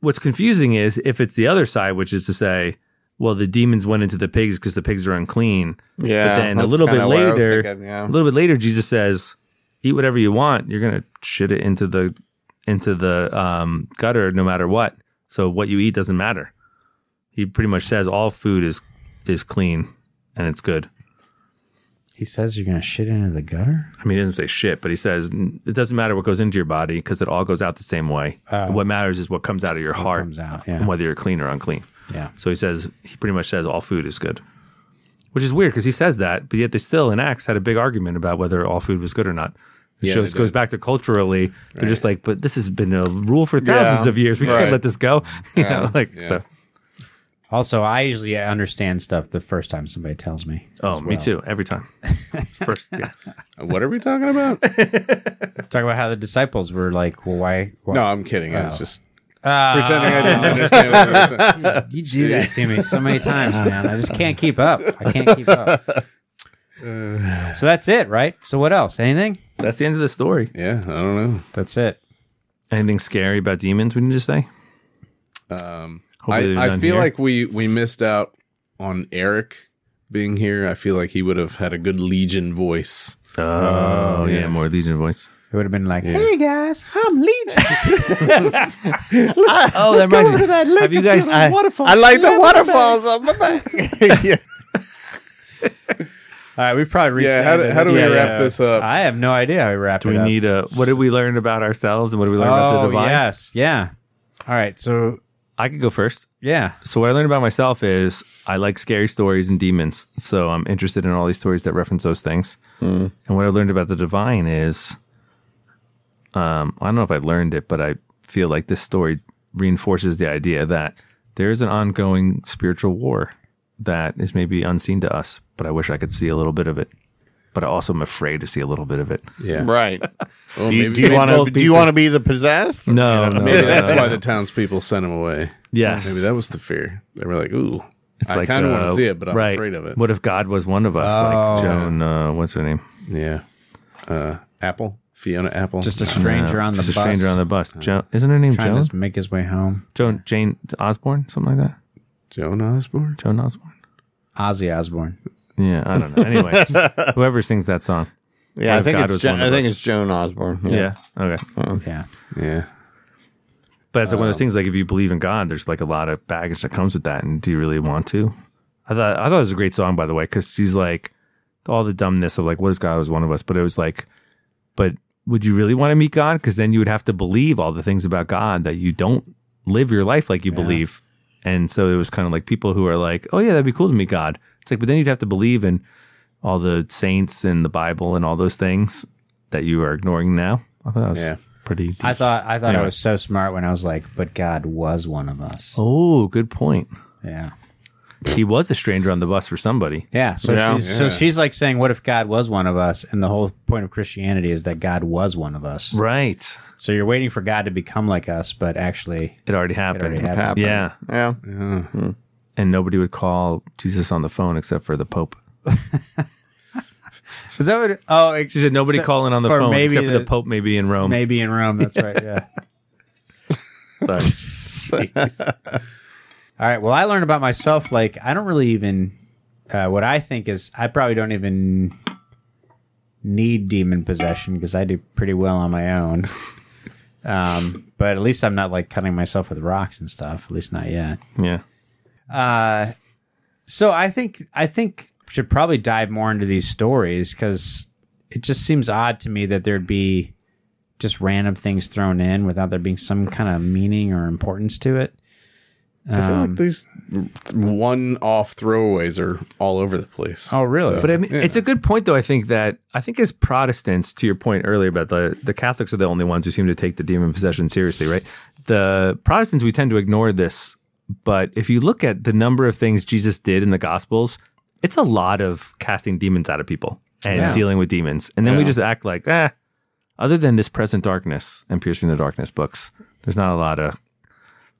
S3: what's confusing is if it's the other side, which is to say, well, the demons went into the pigs because the pigs are unclean.
S4: Yeah,
S3: but then a
S4: that's
S3: little bit
S4: kinda what I was
S3: later,
S4: thinking, yeah.
S3: a little bit later, Jesus says, "Eat whatever you want. You're gonna shit it into the into the um, gutter, no matter what. So what you eat doesn't matter." He pretty much says all food is is clean and it's good.
S2: He says you're gonna shit into the gutter.
S3: I mean, he doesn't say shit, but he says "N- it doesn't matter what goes into your body because it all goes out the same way. what matters is what comes out of your heart,
S2: Uh, comes out, yeah.
S3: and whether you're clean or unclean.
S2: Yeah.
S3: So he says he pretty much says all food is good, which is weird because he says that, but yet they still in Acts had a big argument about whether all food was good or not. It
S5: Yeah,
S3: shows
S5: they
S3: goes back to culturally. They're just like, but this has been a rule for thousands
S4: Yeah,
S3: of years. We
S4: right.
S3: can't let this go. (laughs) You know, like so.
S2: Also, I usually understand stuff the first time somebody tells me.
S3: Oh,
S2: as
S3: me
S2: well.
S3: too. Every time. (laughs) First, yeah.
S5: What are we talking
S3: (laughs)
S5: about?
S2: Talk about how the disciples were like, well, why? why?
S5: no, I'm kidding. I
S3: Oh.
S5: was just
S2: Ah,
S5: pretending I didn't understand. What you were saying.
S2: you do that to me so many
S3: (laughs)
S2: times, man. I just can't keep up. I can't keep up. So that's it, right? So what else? Anything?
S3: that's the end of the story.
S5: Yeah, I don't know.
S2: That's it.
S3: Anything scary about demons? We need to say.
S5: Um,
S3: Hopefully they're
S5: I, I
S3: done
S5: feel
S3: here.
S5: like we we missed out on Eric being here. I feel like he would have had a good Legion voice.
S3: Oh, yeah. more Legion voice.
S2: It would have been like, hey guys, I'm Legion.
S3: Oh, that reminds me. Have you guys?
S4: I, I like the waterfalls on my
S2: (laughs)
S4: back. yeah.
S2: All right, we've probably reached.
S5: Yeah,
S2: the
S5: how
S2: end
S5: do-
S2: of
S5: how do
S2: this
S5: we
S2: episode.
S5: wrap this up?
S2: I have no idea how we wrap
S3: do
S2: it
S3: we
S2: up.
S3: need a? What did we learn about ourselves, and what did we learn about the
S2: oh
S3: divine?
S2: yes, yeah. All right, so
S3: I could go first.
S2: yeah,
S3: So what I learned about myself is I like scary stories and demons. So I'm interested in all these stories that reference those things. And what I learned about the divine is, um, I don't know if I learned it, but I feel like this story reinforces the idea that there is an ongoing spiritual war that is maybe unseen to us, but I wish I could see a little bit of it. But I also am afraid to see a little bit of it.
S5: Yeah,
S3: (laughs)
S4: Right.
S5: Well,
S4: do you,
S5: maybe-
S4: do you
S5: maybe
S4: want
S3: both
S4: to? Do you
S3: pieces.
S4: want to be the possessed?
S3: No,
S5: (laughs)
S3: no,
S5: Maybe
S3: no,
S5: that's
S3: no.
S5: why the townspeople sent him away.
S3: Oh, Yes.
S5: Maybe that was the fear. They were like, ooh,
S3: It's
S5: I
S3: like,
S5: kind of want
S3: uh,
S5: to see it, but I'm
S3: right.
S5: afraid of it. Oh.
S3: What if God was one of us, like Joan? Uh, what's her name?
S5: Yeah. Uh, Apple? Fiona Apple?
S2: just a stranger on the
S3: Uh, Just a
S2: bus,
S3: stranger on the bus. Joan, isn't her name
S2: trying
S3: Joan?
S2: to make his way home.
S3: Joan Jane Osborne, something like that.
S5: Joan Osborne?
S3: Joan Osborne.
S2: Ozzy Osbourne.
S3: Yeah, I don't know.
S2: (laughs)
S3: Anyway, whoever sings that song.
S4: Yeah,
S3: What
S4: I
S3: if
S4: think
S3: God
S4: it's
S3: was
S4: jo-
S3: one of
S4: I think
S3: us?
S4: it's Joan Osborne.
S3: Yeah. Okay.
S2: Yeah.
S5: Yeah.
S3: But it's like one of those things. Like if you believe in God, there's like a lot of baggage that comes with that. And do you really want to? I thought I thought it was a great song by the way because she's like all the dumbness of like what if God was one of us? But it was like, but would you really want to meet God? Because then you would have to believe all the things about God that you don't live your life like you believe. And so it was kind of like people who are like, oh yeah, that'd be cool to meet God. It's like, but then you'd have to believe in all the saints and the Bible and all those things that you are ignoring now. I thought that was
S5: Yeah.
S3: pretty. Deep.
S2: I thought I thought I
S3: Anyway.
S2: was so smart when I was like, but God was one of us.
S3: oh, good point.
S2: Yeah.
S3: he was a stranger on the bus for somebody.
S2: Yeah. So
S4: Yeah.
S2: she's so she's like saying, What if God was one of us? And the whole point of Christianity is that God was one of us.
S3: Right.
S2: So you're waiting for God to become like us, but actually
S3: It already happened.
S2: already happened.
S4: Happened.
S3: Yeah.
S4: Yeah.
S3: And nobody would call Jesus on the phone except for the Pope.
S2: Is that what oh it,
S3: She said nobody
S2: So-
S3: calling on the
S2: or
S3: phone
S2: maybe
S3: except for
S2: the-
S3: the Pope maybe in Rome.
S2: maybe in Rome, that's right. Yeah. (laughs) All right. Well, I learned about myself. Like, I don't really even. Uh, what I think is, I probably don't even need demon possession because I do pretty well on my own. (laughs) um, but at least I'm not like cutting myself with rocks and stuff. At least not yet.
S3: Yeah.
S2: So I think I think we should probably dive more into these stories because it just seems odd to me that there'd be just random things thrown in without there being some kind of meaning or importance to it.
S5: I feel like these one-off throwaways are all over the place.
S2: Oh, really?
S3: But I mean, it's a good point, though. I think that I think as Protestants, to your point earlier about the the Catholics are the only ones who seem to take the demon possession seriously, right? The Protestants we tend to ignore this, but if you look at the number of things Jesus did in the Gospels, it's a lot of casting demons out of people and
S2: Yeah.
S3: dealing with demons, and then we just act like, eh. Other than this present darkness and piercing the darkness books, there's not a lot of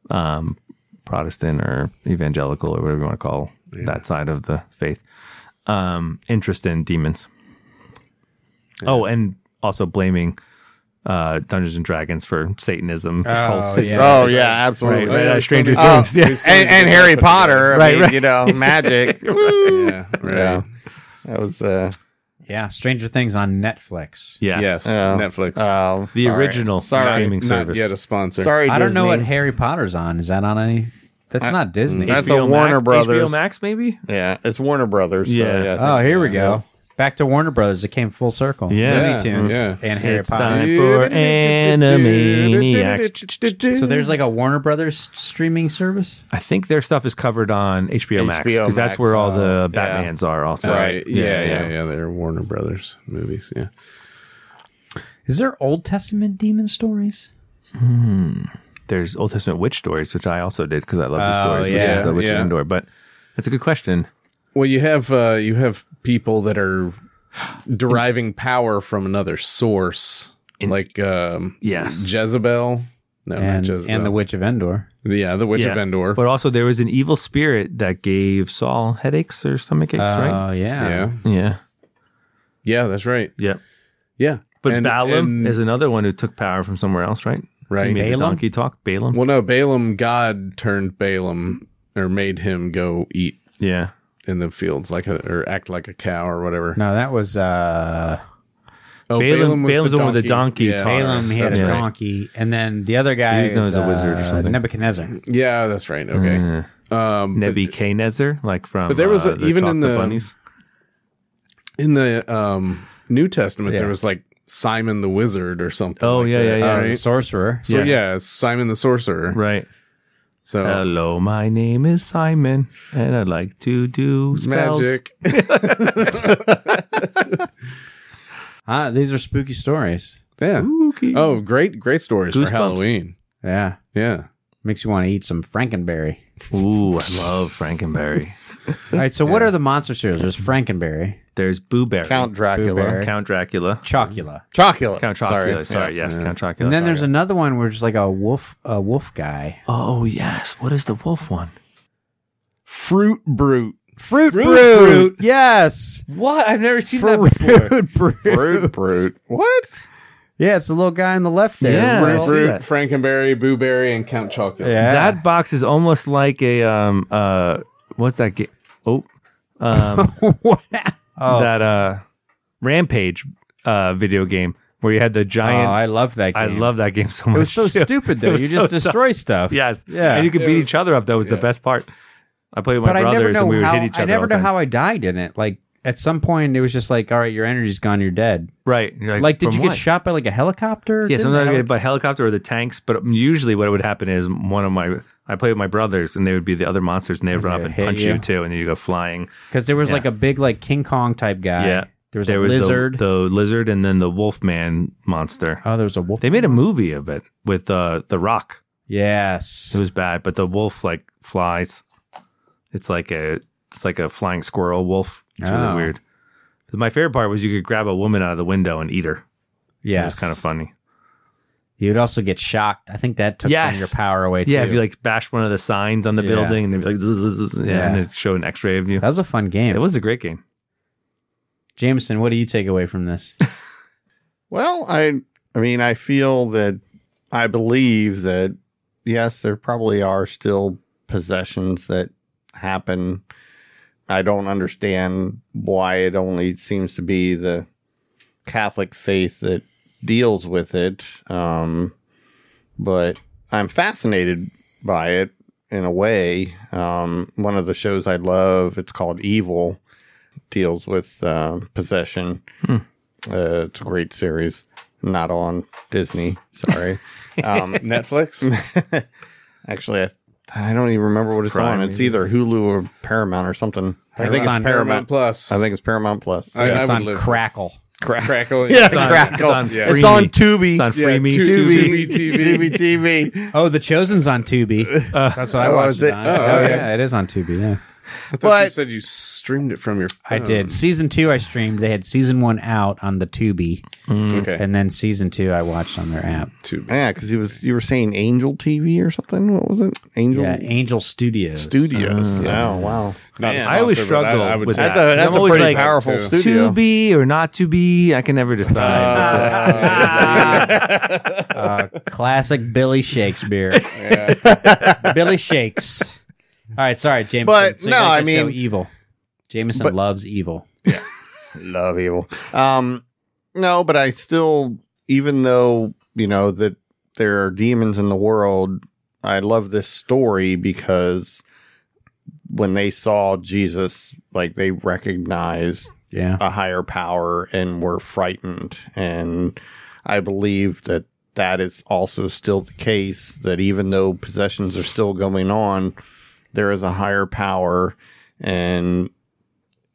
S3: um, Protestant or evangelical or whatever you want to call that side of the faith um, interest in demons. Oh, and also blaming uh, Dungeons and Dragons for Satanism. (laughs) Oh,
S4: Oh yeah, absolutely.
S3: Right, right, uh, Stranger
S4: Oh,
S3: Things. Yeah.
S4: and, and Harry Potter, I
S3: Right,
S4: mean,
S3: right. (laughs)
S4: you know, magic. Woo.
S5: yeah, right.
S4: Yeah, that was uh,
S2: Yeah, Stranger Things on Netflix.
S3: Yes.
S5: Yes,
S4: Oh.
S5: Netflix.
S4: oh,
S3: The
S4: sorry.
S3: original
S4: Sorry.
S3: Uh, streaming
S5: Not
S3: service.
S5: yet a sponsor.
S4: Sorry,
S2: I don't know what
S4: Disney.
S2: Harry Potter's on. Is that on any? That's not Disney.
S4: that's
S3: HBO
S4: a Warner
S3: Max,
S4: Brothers.
S3: HBO Max, maybe?
S4: Yeah, it's Warner Brothers. so
S3: Yeah.
S4: yeah I
S2: oh,
S4: think-
S2: here we go. Back to Warner Brothers. It came full circle.
S3: Yeah.
S2: Looney Tunes
S5: Yeah.
S2: and Harry
S3: It's
S2: Potter.
S3: time for Animaniacs.
S2: So there's like a Warner Brothers streaming service.
S3: I think their stuff is covered on HBO, Max
S4: HBO
S3: because that's
S4: Max,
S3: where all the
S4: yeah.
S3: Batmans are. Also,
S5: Right. Yeah, yeah, yeah, They're Warner Brothers movies. Yeah.
S2: Is there Old Testament demon stories?
S3: There's Old Testament witch stories, which I also did because I love these
S2: Oh,
S3: stories, which
S2: yeah,
S3: is the Witch of
S5: yeah.
S3: Endor. But that's a good question.
S5: Well, you have uh, you have people that are deriving power from another source, like um,
S3: Yes.
S5: Jezebel. No,
S2: And,
S5: not Jezebel.
S2: and the Witch of Endor.
S5: yeah, the Witch
S3: Yeah.
S5: of Endor.
S3: But also, there was an evil spirit that gave Saul headaches or stomach aches,
S2: Oh
S5: Uh,
S3: right?
S2: yeah.
S5: yeah,
S3: Yeah.
S5: yeah, that's right.
S3: Yeah.
S5: Yeah,
S3: But
S5: And-
S3: Balaam
S5: and-
S3: is another one who took power from somewhere else, right?
S5: right.
S3: He made
S2: Balaam?
S3: the donkey talk. Balaam.
S5: Well, no, Balaam. God turned Balaam or made him go eat
S3: Yeah.
S5: in the fields like a or act like a cow or whatever.
S2: No, that was uh,
S5: Oh,
S3: Balaam- Balaam's the one with the donkey
S5: Yeah,
S3: tongue.
S2: Balaam. He had
S3: That's
S2: a
S3: right.
S2: donkey, and then the other guy
S3: He's known
S2: is,
S3: as a wizard or
S2: uh,
S3: something.
S2: Nebuchadnezzar.
S5: yeah, that's right. Okay. Um, but
S3: Nebuchadnezzar, like from.
S5: but there was
S3: uh,
S5: a- even in
S3: Chocolate
S5: the-
S3: bunnies.
S5: in the um, New Testament, there was like Simon the Wizard or something.
S3: Oh
S5: like
S3: yeah,
S5: that.
S3: yeah, yeah.
S2: Uh, the sorcerer.
S5: So
S3: Yes.
S5: yeah, Simon the Sorcerer.
S3: Right. Uh,
S5: So
S3: Hello, my name is Simon, and I like to do spells. (laughs)
S5: magic.
S2: Ah, these are spooky stories.
S5: yeah.
S3: Spooky.
S5: Oh, great, great stories
S3: Goosebumps.
S5: for Halloween.
S2: Yeah,
S5: Yeah.
S2: makes you want to eat some Frankenberry.
S3: Ooh, I love Frankenberry.
S2: All right, so what are the monster cereals? There's Frankenberry,
S3: There's Boo Berry.
S4: Count Dracula.
S2: Boo-Berry.
S3: Count Dracula.
S2: Mm-hmm. Chocula,
S4: Chocula.
S3: Count Chocula. Sorry, yes, Count Chocula.
S2: and then there's another one where it's like a wolf, a wolf guy.
S3: Oh yes, what is the wolf one?
S5: Fruit Brute.
S2: Fruit, Brute. Yes,
S3: What? I've never seen
S2: Fruit Brute.
S4: Brute, brute. What?
S2: Yeah, it's the little guy on the left there.
S3: Yeah.
S2: Little-
S3: see
S5: Fruit,
S3: that.
S5: Frankenberry, Boo Berry, and Count Chocula.
S2: Yeah.
S3: That box is almost like a um uh what's that game? Oh,
S2: (laughs)
S3: um
S2: What? Oh.
S3: that uh rampage uh video game where you had the
S2: Oh,
S3: giant.
S2: I love that. Game.
S3: I love that game so much.
S2: It was so
S3: too.
S2: stupid
S3: It
S2: though.
S3: was
S2: You
S3: so
S2: just
S3: dumb.
S2: destroy stuff.
S3: Yes.
S2: Yeah.
S3: And you could beat each other up. That was the best part. I played with my
S2: but I never
S3: brothers
S2: know
S3: and we would
S2: how.
S3: hit each other.
S2: I never
S3: all
S2: know
S3: the time.
S2: how I died in it. Like at some point, it was just like, all right, your energy's gone. You're dead.
S3: Right. You're
S2: Like, did
S3: "From
S2: you get
S3: what?"
S2: shot by like a helicopter?
S3: Yeah,
S2: Didn't
S3: sometimes
S2: that-
S3: I get by helicopter or the tanks, but usually what would happen is one of my I play with my brothers and they would be the other monsters and they would run up
S2: they'd
S3: and
S2: hit
S3: punch
S2: you.
S3: you. too and then you go flying.
S2: Because there was like a big like King Kong type guy.
S3: yeah.
S2: There was
S3: there
S2: a
S3: was the-
S2: lizard.
S3: The, lizard and then the wolfman monster.
S2: oh, there was a wolf.
S3: They made a movie of it with uh, the rock.
S2: yes.
S3: It was bad, but the wolf like flies. It's like a it's like a flying squirrel wolf. It's
S2: Oh.
S3: really weird. My favorite part was you could grab a woman out of the window and eat her. It
S2: yes.
S3: was kind of funny.
S2: You'd also get shocked. I think that took some
S3: Yes.
S2: of your power away too.
S3: Yeah, if you like bash one of the signs on the
S2: Yeah.
S3: building and they'd be like, "Zzz, zzz, zzz," yeah,
S2: Yeah.
S3: and it show an x ray of you.
S2: that was a fun game.
S3: It was a great game.
S2: Jameson, what do you take away from this?
S4: Well, I I mean, I feel that I believe that yes, there probably are still possessions that happen. I don't understand why it only seems to be the Catholic faith that deals with it. Um, but I'm fascinated by it in a way. Um, one of the shows I love, it's called Evil, deals with uh, possession. Uh, it's a great series. Not on Disney.
S3: (laughs)
S4: Sorry. um,
S5: Netflix.
S4: actually, I, I don't even remember what it's
S3: Prime,
S4: on. It's either Hulu or Paramount or something. I think
S2: It's
S4: it's
S2: on
S4: Paramount.
S5: (laughs) Paramount Plus.
S4: I think it's Paramount Plus.
S5: I,
S2: It's
S5: I
S2: on
S5: would live-
S2: Crackle.
S5: Crackle.
S4: (laughs) Yeah,
S3: on-
S4: Crackle.
S3: Oh, it's on
S4: It's on,
S3: Freemy.
S4: Tubi.
S3: It's on
S5: Yeah,
S3: Freemy.
S5: Tubi.
S3: Tubi.
S5: TV.
S3: (laughs)
S4: Tubi, TV.
S2: Oh, The Chosen's on Tubi. That's what I
S4: oh,
S2: watched.
S4: is
S2: it
S4: it?
S2: on.
S4: Oh,
S2: Oh,
S5: okay.
S2: yeah, it is on Tubi. Yeah,
S5: I thought you
S4: But-
S5: said you streamed it from your.
S2: I did. Season two, I streamed. They had season one out on the Tubi,
S1: Mm.
S5: Okay.
S2: and then season two, I watched on their app.
S5: Tubi.
S4: Yeah, because you was you were saying Angel TV or something. What was it? Angel
S2: Yeah, Angel Studios. (laughs)
S4: (laughs) Studios.
S3: Uh,
S4: oh wow,
S5: Not
S4: Man,
S5: sponsored,
S3: I always
S5: but
S3: struggle
S5: I, I would
S3: with
S5: take
S3: that.
S4: That's a- that's
S3: I'm
S4: a
S3: always
S4: pretty
S3: like,
S4: powerful
S5: to-
S4: studio.
S3: To be or not to be, I can never decide.
S2: (laughs) Uh, classic Billy Shakespeare. Billy Shakes. (laughs) All right, sorry, Jameson.
S4: But,
S2: you
S4: no,
S2: like
S4: I
S2: that show,
S4: mean-
S2: evil. Jameson
S4: But-
S2: loves evil.
S4: love evil. Um, no, but I still, even though you know that there are demons in the world, I love this story because when they saw Jesus, like they recognized
S2: Yeah,
S4: a higher power and were frightened. And I believe that that is also still the case that even though possessions are still going on, there is a higher power and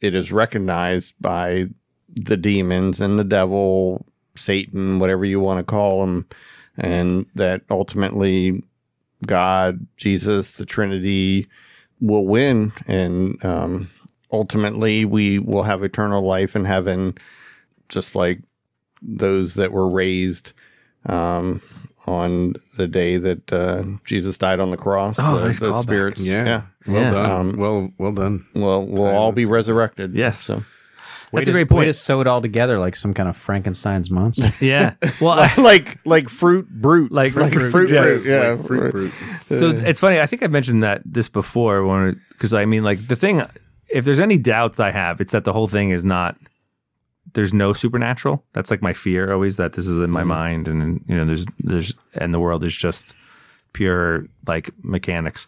S4: it is recognized by the demons and the devil, Satan, whatever you want to call him. And that ultimately God, Jesus, the Trinity will win. And, um, ultimately we will have eternal life in heaven, just like those that were raised um, on the day that uh, Jesus died on the cross.
S3: Oh,
S4: the,
S3: nice
S4: those
S3: callback.
S4: spirits.
S5: Yeah.
S4: yeah.
S5: Well
S3: Yeah.
S5: done.
S4: Um,
S5: well, well done.
S4: Well, we'll all be resurrected.
S3: Yes.
S4: So.
S3: That's a
S2: Way to-
S3: great
S2: Way to
S3: point.
S2: sew it all together like some kind of Frankenstein's (laughs) monster.
S4: (laughs)
S3: Yeah. Well, I,
S4: (laughs) like like fruit brute
S3: Like fruit
S4: fruit
S3: brute,
S4: brute yeah,
S5: Like fruit brute.
S3: so it's funny. I think I've mentioned that this before, when because I mean, like the thing. If there's any doubts I have, it's that the whole thing is not. There's no supernatural. That's like my fear always. That this is in
S4: Mm-hmm.
S3: my mind, and you know, there's there's and the world is just pure like mechanics,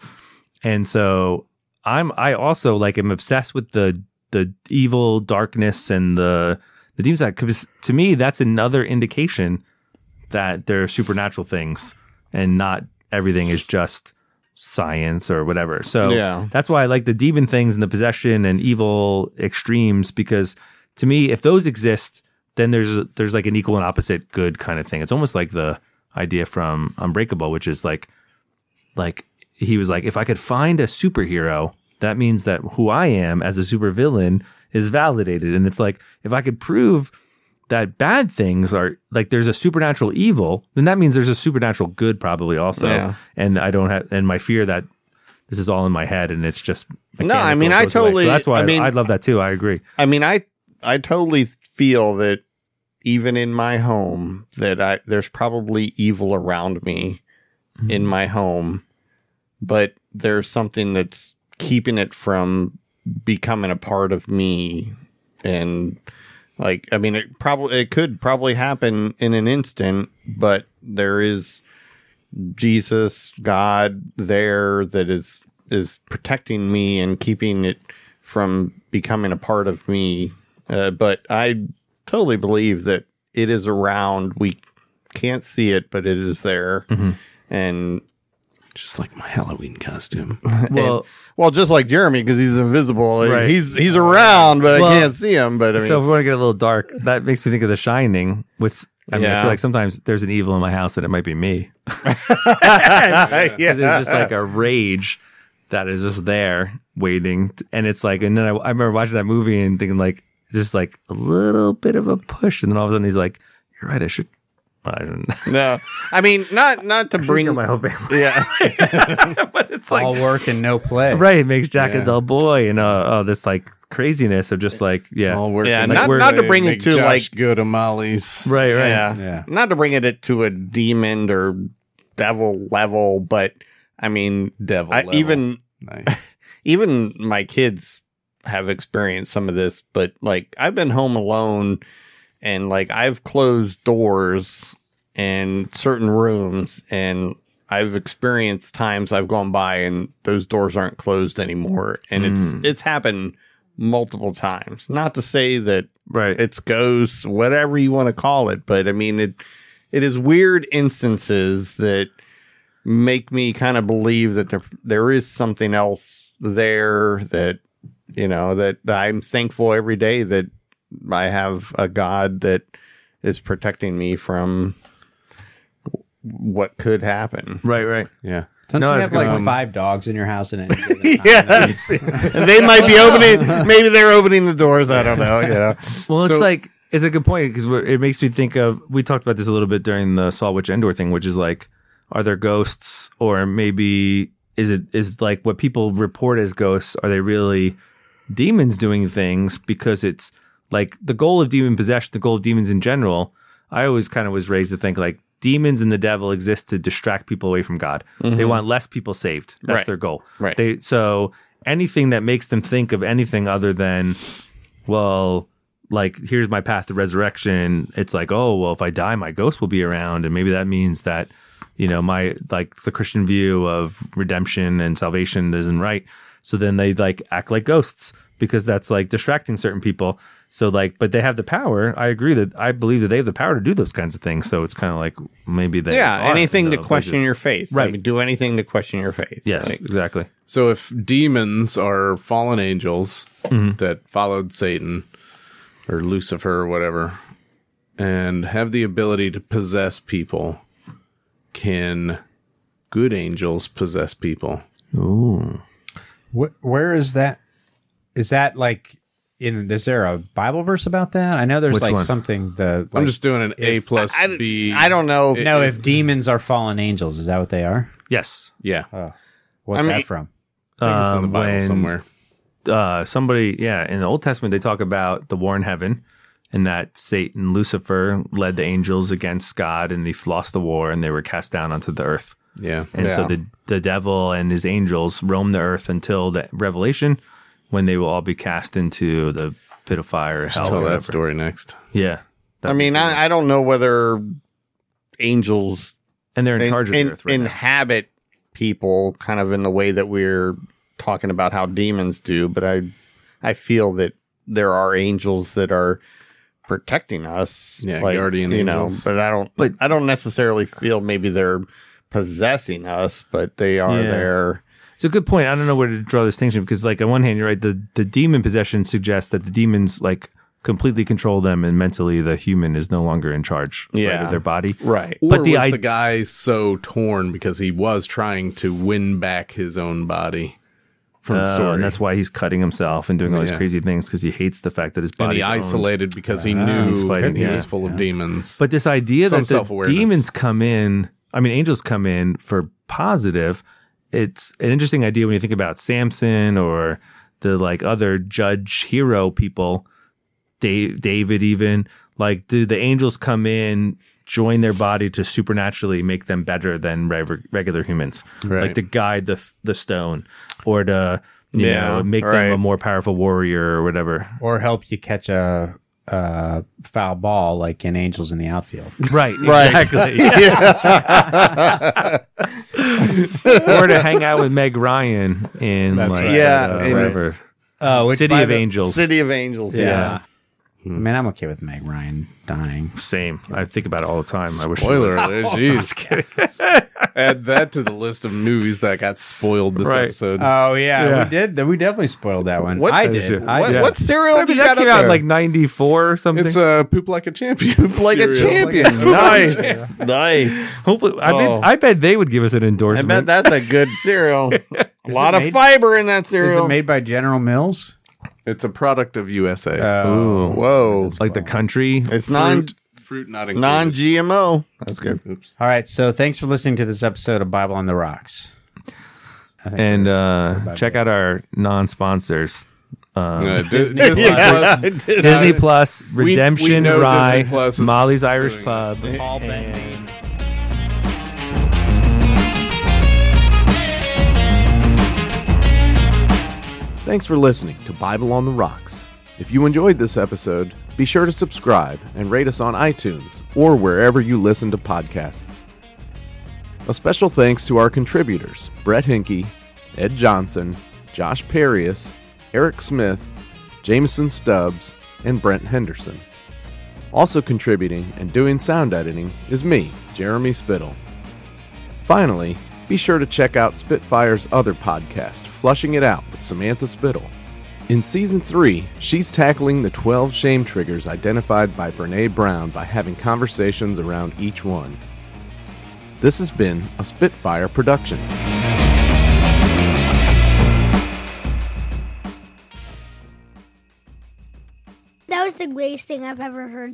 S3: and so I'm. I also like am obsessed with the the evil darkness and the the demons. That because to me, that's another indication that there are supernatural things and not everything is just science or whatever. So
S4: Yeah.
S3: that's why I like the demon things and the possession and evil extremes because to me, if those exist, then there's there's like an equal and opposite good kind of thing. It's almost like the idea from Unbreakable, which is like like he was like, if I could find a superhero, that means that who I am as a supervillain is validated. And it's like, if I could prove that bad things are like there's a supernatural evil, then that means there's a supernatural good probably also.
S4: Yeah.
S3: And I don't have and my fear that this is all in my head and it's just
S4: No, I
S3: mechanical
S4: mean,
S3: and
S4: I
S3: goes away. So
S4: totally-
S3: that's why
S4: I mean-
S3: I love that too. I agree.
S4: I mean, I I totally feel that even in my home that I there's probably evil around me
S3: Mm-hmm.
S4: in my home, but there's something that's keeping it from becoming a part of me and like I mean it probably it could probably happen in an instant, but there is Jesus, God there that is is protecting me and keeping it from becoming a part of me. Uh, but I totally believe that it is around. We can't see it, but it is there.
S3: Mm-hmm.
S4: And
S5: Just like my Halloween costume.
S3: (laughs) Well,
S4: well, just like Jeremy, because he's invisible.
S3: Right.
S4: He's he's around, but
S3: Well,
S4: I can't see him. But I mean,
S3: so if we want to get a little dark, that makes me think of The Shining, which I mean, I
S4: Yeah.
S3: feel like sometimes there's an evil in my house and it might be me.
S4: (laughs)
S3: (laughs)
S4: yeah.
S3: because there's just like a rage that is just there waiting t- and it's like and then I, I remember watching that movie and thinking like just like a little bit of a push and then all of a sudden he's like you're right i should (laughs) i don't
S4: no. I mean, not not to
S3: bring
S4: bring.
S3: my whole family
S4: Yeah,
S3: but it's like
S2: all work and no play.
S3: (laughs) right it makes jack a dull boy and uh, oh this like craziness of just like yeah
S5: All working.
S4: Yeah,
S5: like
S4: not-
S5: we're-
S4: not to bring it
S5: make
S4: to,
S5: Josh
S4: like-
S5: go to Molly's.
S3: right right
S4: yeah,
S2: Yeah.
S4: Not to bring it to a demon or devil level, but I mean,
S5: Devil.
S4: I,
S5: level.
S4: even
S5: nice.
S4: even my kids have experienced some of this, but like I've been home alone and like I've closed doors in certain rooms and I've experienced times I've gone by and those doors aren't closed anymore and
S5: Mm.
S4: it's it's happened multiple times. Not to say that
S3: Right.
S4: it's ghosts, whatever you want to call it, but I mean it it is weird instances that make me kind of believe that there there is something else there that you know that I'm thankful every day that I have a God that is protecting me from what could happen.
S3: right. Right.
S5: Yeah.
S2: Don't
S3: No,
S2: you
S3: it's
S2: have like
S5: gone.
S2: five dogs in your house and (laughs) it?
S4: Yes. (laughs) they might be opening maybe they're opening the doors, I don't know, you know.
S3: Well, it's
S5: So-
S3: like it's a good point because it makes me think of we talked about this a little bit during the Saw Witch Endor thing, which is like, are there ghosts or maybe is it is like what people report as ghosts? Are they really demons doing things? Because it's like the goal of demon possession, the goal of demons in general. I always kind of was raised to think like demons and the devil exist to distract people away from God. They want less people saved. That's
S4: Mm-hmm. Right.
S3: their goal.
S4: Right.
S3: They so anything that makes them think of anything other than well, like here's my path to resurrection. It's like, oh, well, if I die, my ghost will be around, and maybe that means that you know my like the Christian view of redemption and salvation isn't right. So then they like act like ghosts because that's like distracting certain people. So like, but they have the power. I agree that I believe that they have the power to do those kinds of things. So it's kind of like maybe they
S4: Yeah,
S3: are
S4: anything
S3: in
S4: to
S3: those
S4: question
S3: places.
S4: your faith. I
S3: Right.
S4: mean, do anything to question your faith.
S3: yes
S4: Like,
S3: exactly
S5: So if demons are fallen angels
S3: Mm-hmm.
S5: that followed Satan or Lucifer or whatever and have the ability to possess people, can good angels possess people?
S2: Wh- where is that? Is that like in? Is there a Bible verse about that? I know there's
S3: Which
S2: like
S3: one?
S2: something the.
S5: I'm just doing an A plus
S4: I,
S5: B.
S4: I don't know.
S2: no. If demons are fallen angels, is that what they are?
S3: yes.
S5: Yeah.
S2: What's
S4: I mean-
S2: that from?
S5: I think it's in the
S3: Uh, Um,
S5: Bible
S3: when-
S5: somewhere.
S3: uh, somebody, yeah, in the Old Testament, they talk about the war in heaven and that Satan, Lucifer, led the angels against God and they lost the war and they were cast down onto the earth.
S5: Yeah.
S3: And so
S4: Yeah.
S3: the, the devil and his angels roam the earth until the revelation when they will all be cast into the pit of fire or hell.
S5: Tell
S3: or
S5: that
S3: whatever.
S5: story next.
S3: Yeah.
S4: I mean, I, I don't know whether angels
S3: And they're in
S4: in-
S3: charge of
S4: in-
S3: the earth right now.
S4: inhabit people kind of in the way that we're talking about how demons do, but I I feel that there are angels that are protecting us.
S5: Yeah, guardian
S4: you
S5: angels.
S4: know, but I don't but I don't necessarily feel maybe they're possessing us, but they are
S3: Yeah.
S4: there.
S3: It's a good point. I don't know where to draw the distinction because, like, on one hand, you're right. The the demon possession suggests that the demons like completely control them, and mentally, the human is no longer in charge right,
S4: Yeah.
S3: of their body.
S4: (laughs) Right.
S5: Or
S3: But the
S5: was
S3: I-
S5: the guy so torn because he was trying to win back his own body from the
S3: Uh,
S5: story?
S3: and that's why he's cutting himself and doing all these
S5: Yeah.
S3: crazy things because he hates the fact that his
S5: and
S3: body
S5: he isolated because he
S3: Ah, he's
S5: knew
S3: fighting,
S5: he
S3: yeah.
S5: was full of demons.
S3: But this idea
S5: Some
S3: that the
S5: self-awareness.
S3: demons come in, I mean, angels come in for positive. It's an interesting idea when you think about Samson or the like other judge hero people, Da- David even. Like, do the angels come in, join their body to supernaturally make them better than rev- regular humans? Like to guide the the stone or to you
S4: Yeah,
S3: know make
S4: right.
S3: them a more powerful warrior or whatever.
S2: Or help you catch a, a foul ball like in Angels in the Outfield.
S3: (laughs) Right. Exactly. or to hang out with Meg Ryan in like
S4: right. Yeah,
S3: uh,
S4: amen.
S3: whatever
S2: Oh,
S3: City of Angels.
S4: City of Angels.
S2: Yeah.
S4: Yeah.
S2: Man, I'm okay with Meg Ryan dying.
S3: Same. I think about it all the time. I wish.
S5: Spoiler (laughs) alert! Jeez, (laughs) add that to the list of movies that got spoiled this
S3: Right.
S5: episode.
S2: Oh yeah,
S3: Yeah.
S2: we did. We definitely spoiled that one.
S4: What-
S2: I did.
S3: What-
S2: I
S4: What,
S2: did.
S3: Yeah.
S4: what serial
S3: I
S4: do
S3: mean,
S4: you
S3: that
S4: got
S3: came
S4: up
S3: out in
S4: there?
S3: like '94 or something.
S5: it's a uh, poop like a champion. Poop
S4: like a champion. nice. nice.
S3: Hopefully, I
S4: Oh.
S3: bet. I bet they would give us an
S4: I
S3: endorsement.
S4: bet that's a good
S2: (laughs)
S4: cereal. a lot of
S2: made-
S4: fiber in that
S2: Is
S4: cereal.
S2: it made by General Mills?
S5: It's a product of USA.
S3: Ooh.
S4: Whoa.
S3: Like the country.
S4: It's non
S5: Fruit not included.
S4: non GMO. That's good.
S2: All right. So thanks for listening to this episode of Bible on the Rocks.
S3: And uh, check out our non-sponsors.
S5: Uh, Disney, Disney
S4: Yeah.
S5: Plus. (laughs)
S3: Disney Plus,
S5: we
S3: Redemption
S5: know
S3: Rye,
S5: Disney Plus is
S3: Molly's Irish
S5: suing
S3: Pub,
S5: us.
S1: Thanks for listening to Bible on the Rocks. If you enjoyed this episode, Be sure to subscribe and rate us on iTunes or wherever you listen to podcasts. A special thanks to our contributors Brett Hinkey, Ed Johnson, Josh Perius, Eric Smith, Jameson Stubbs, and Brent Henderson. Also contributing and doing sound editing is me, Jeremy Spittle. Finally, be sure to check out Spitfire's other podcast, Flushing It Out with Samantha Spittle. In season 3, she's tackling the 12 shame triggers identified by Brene Brown by having conversations around each one. This has been a Spitfire production.
S6: That was the greatest thing I've ever heard.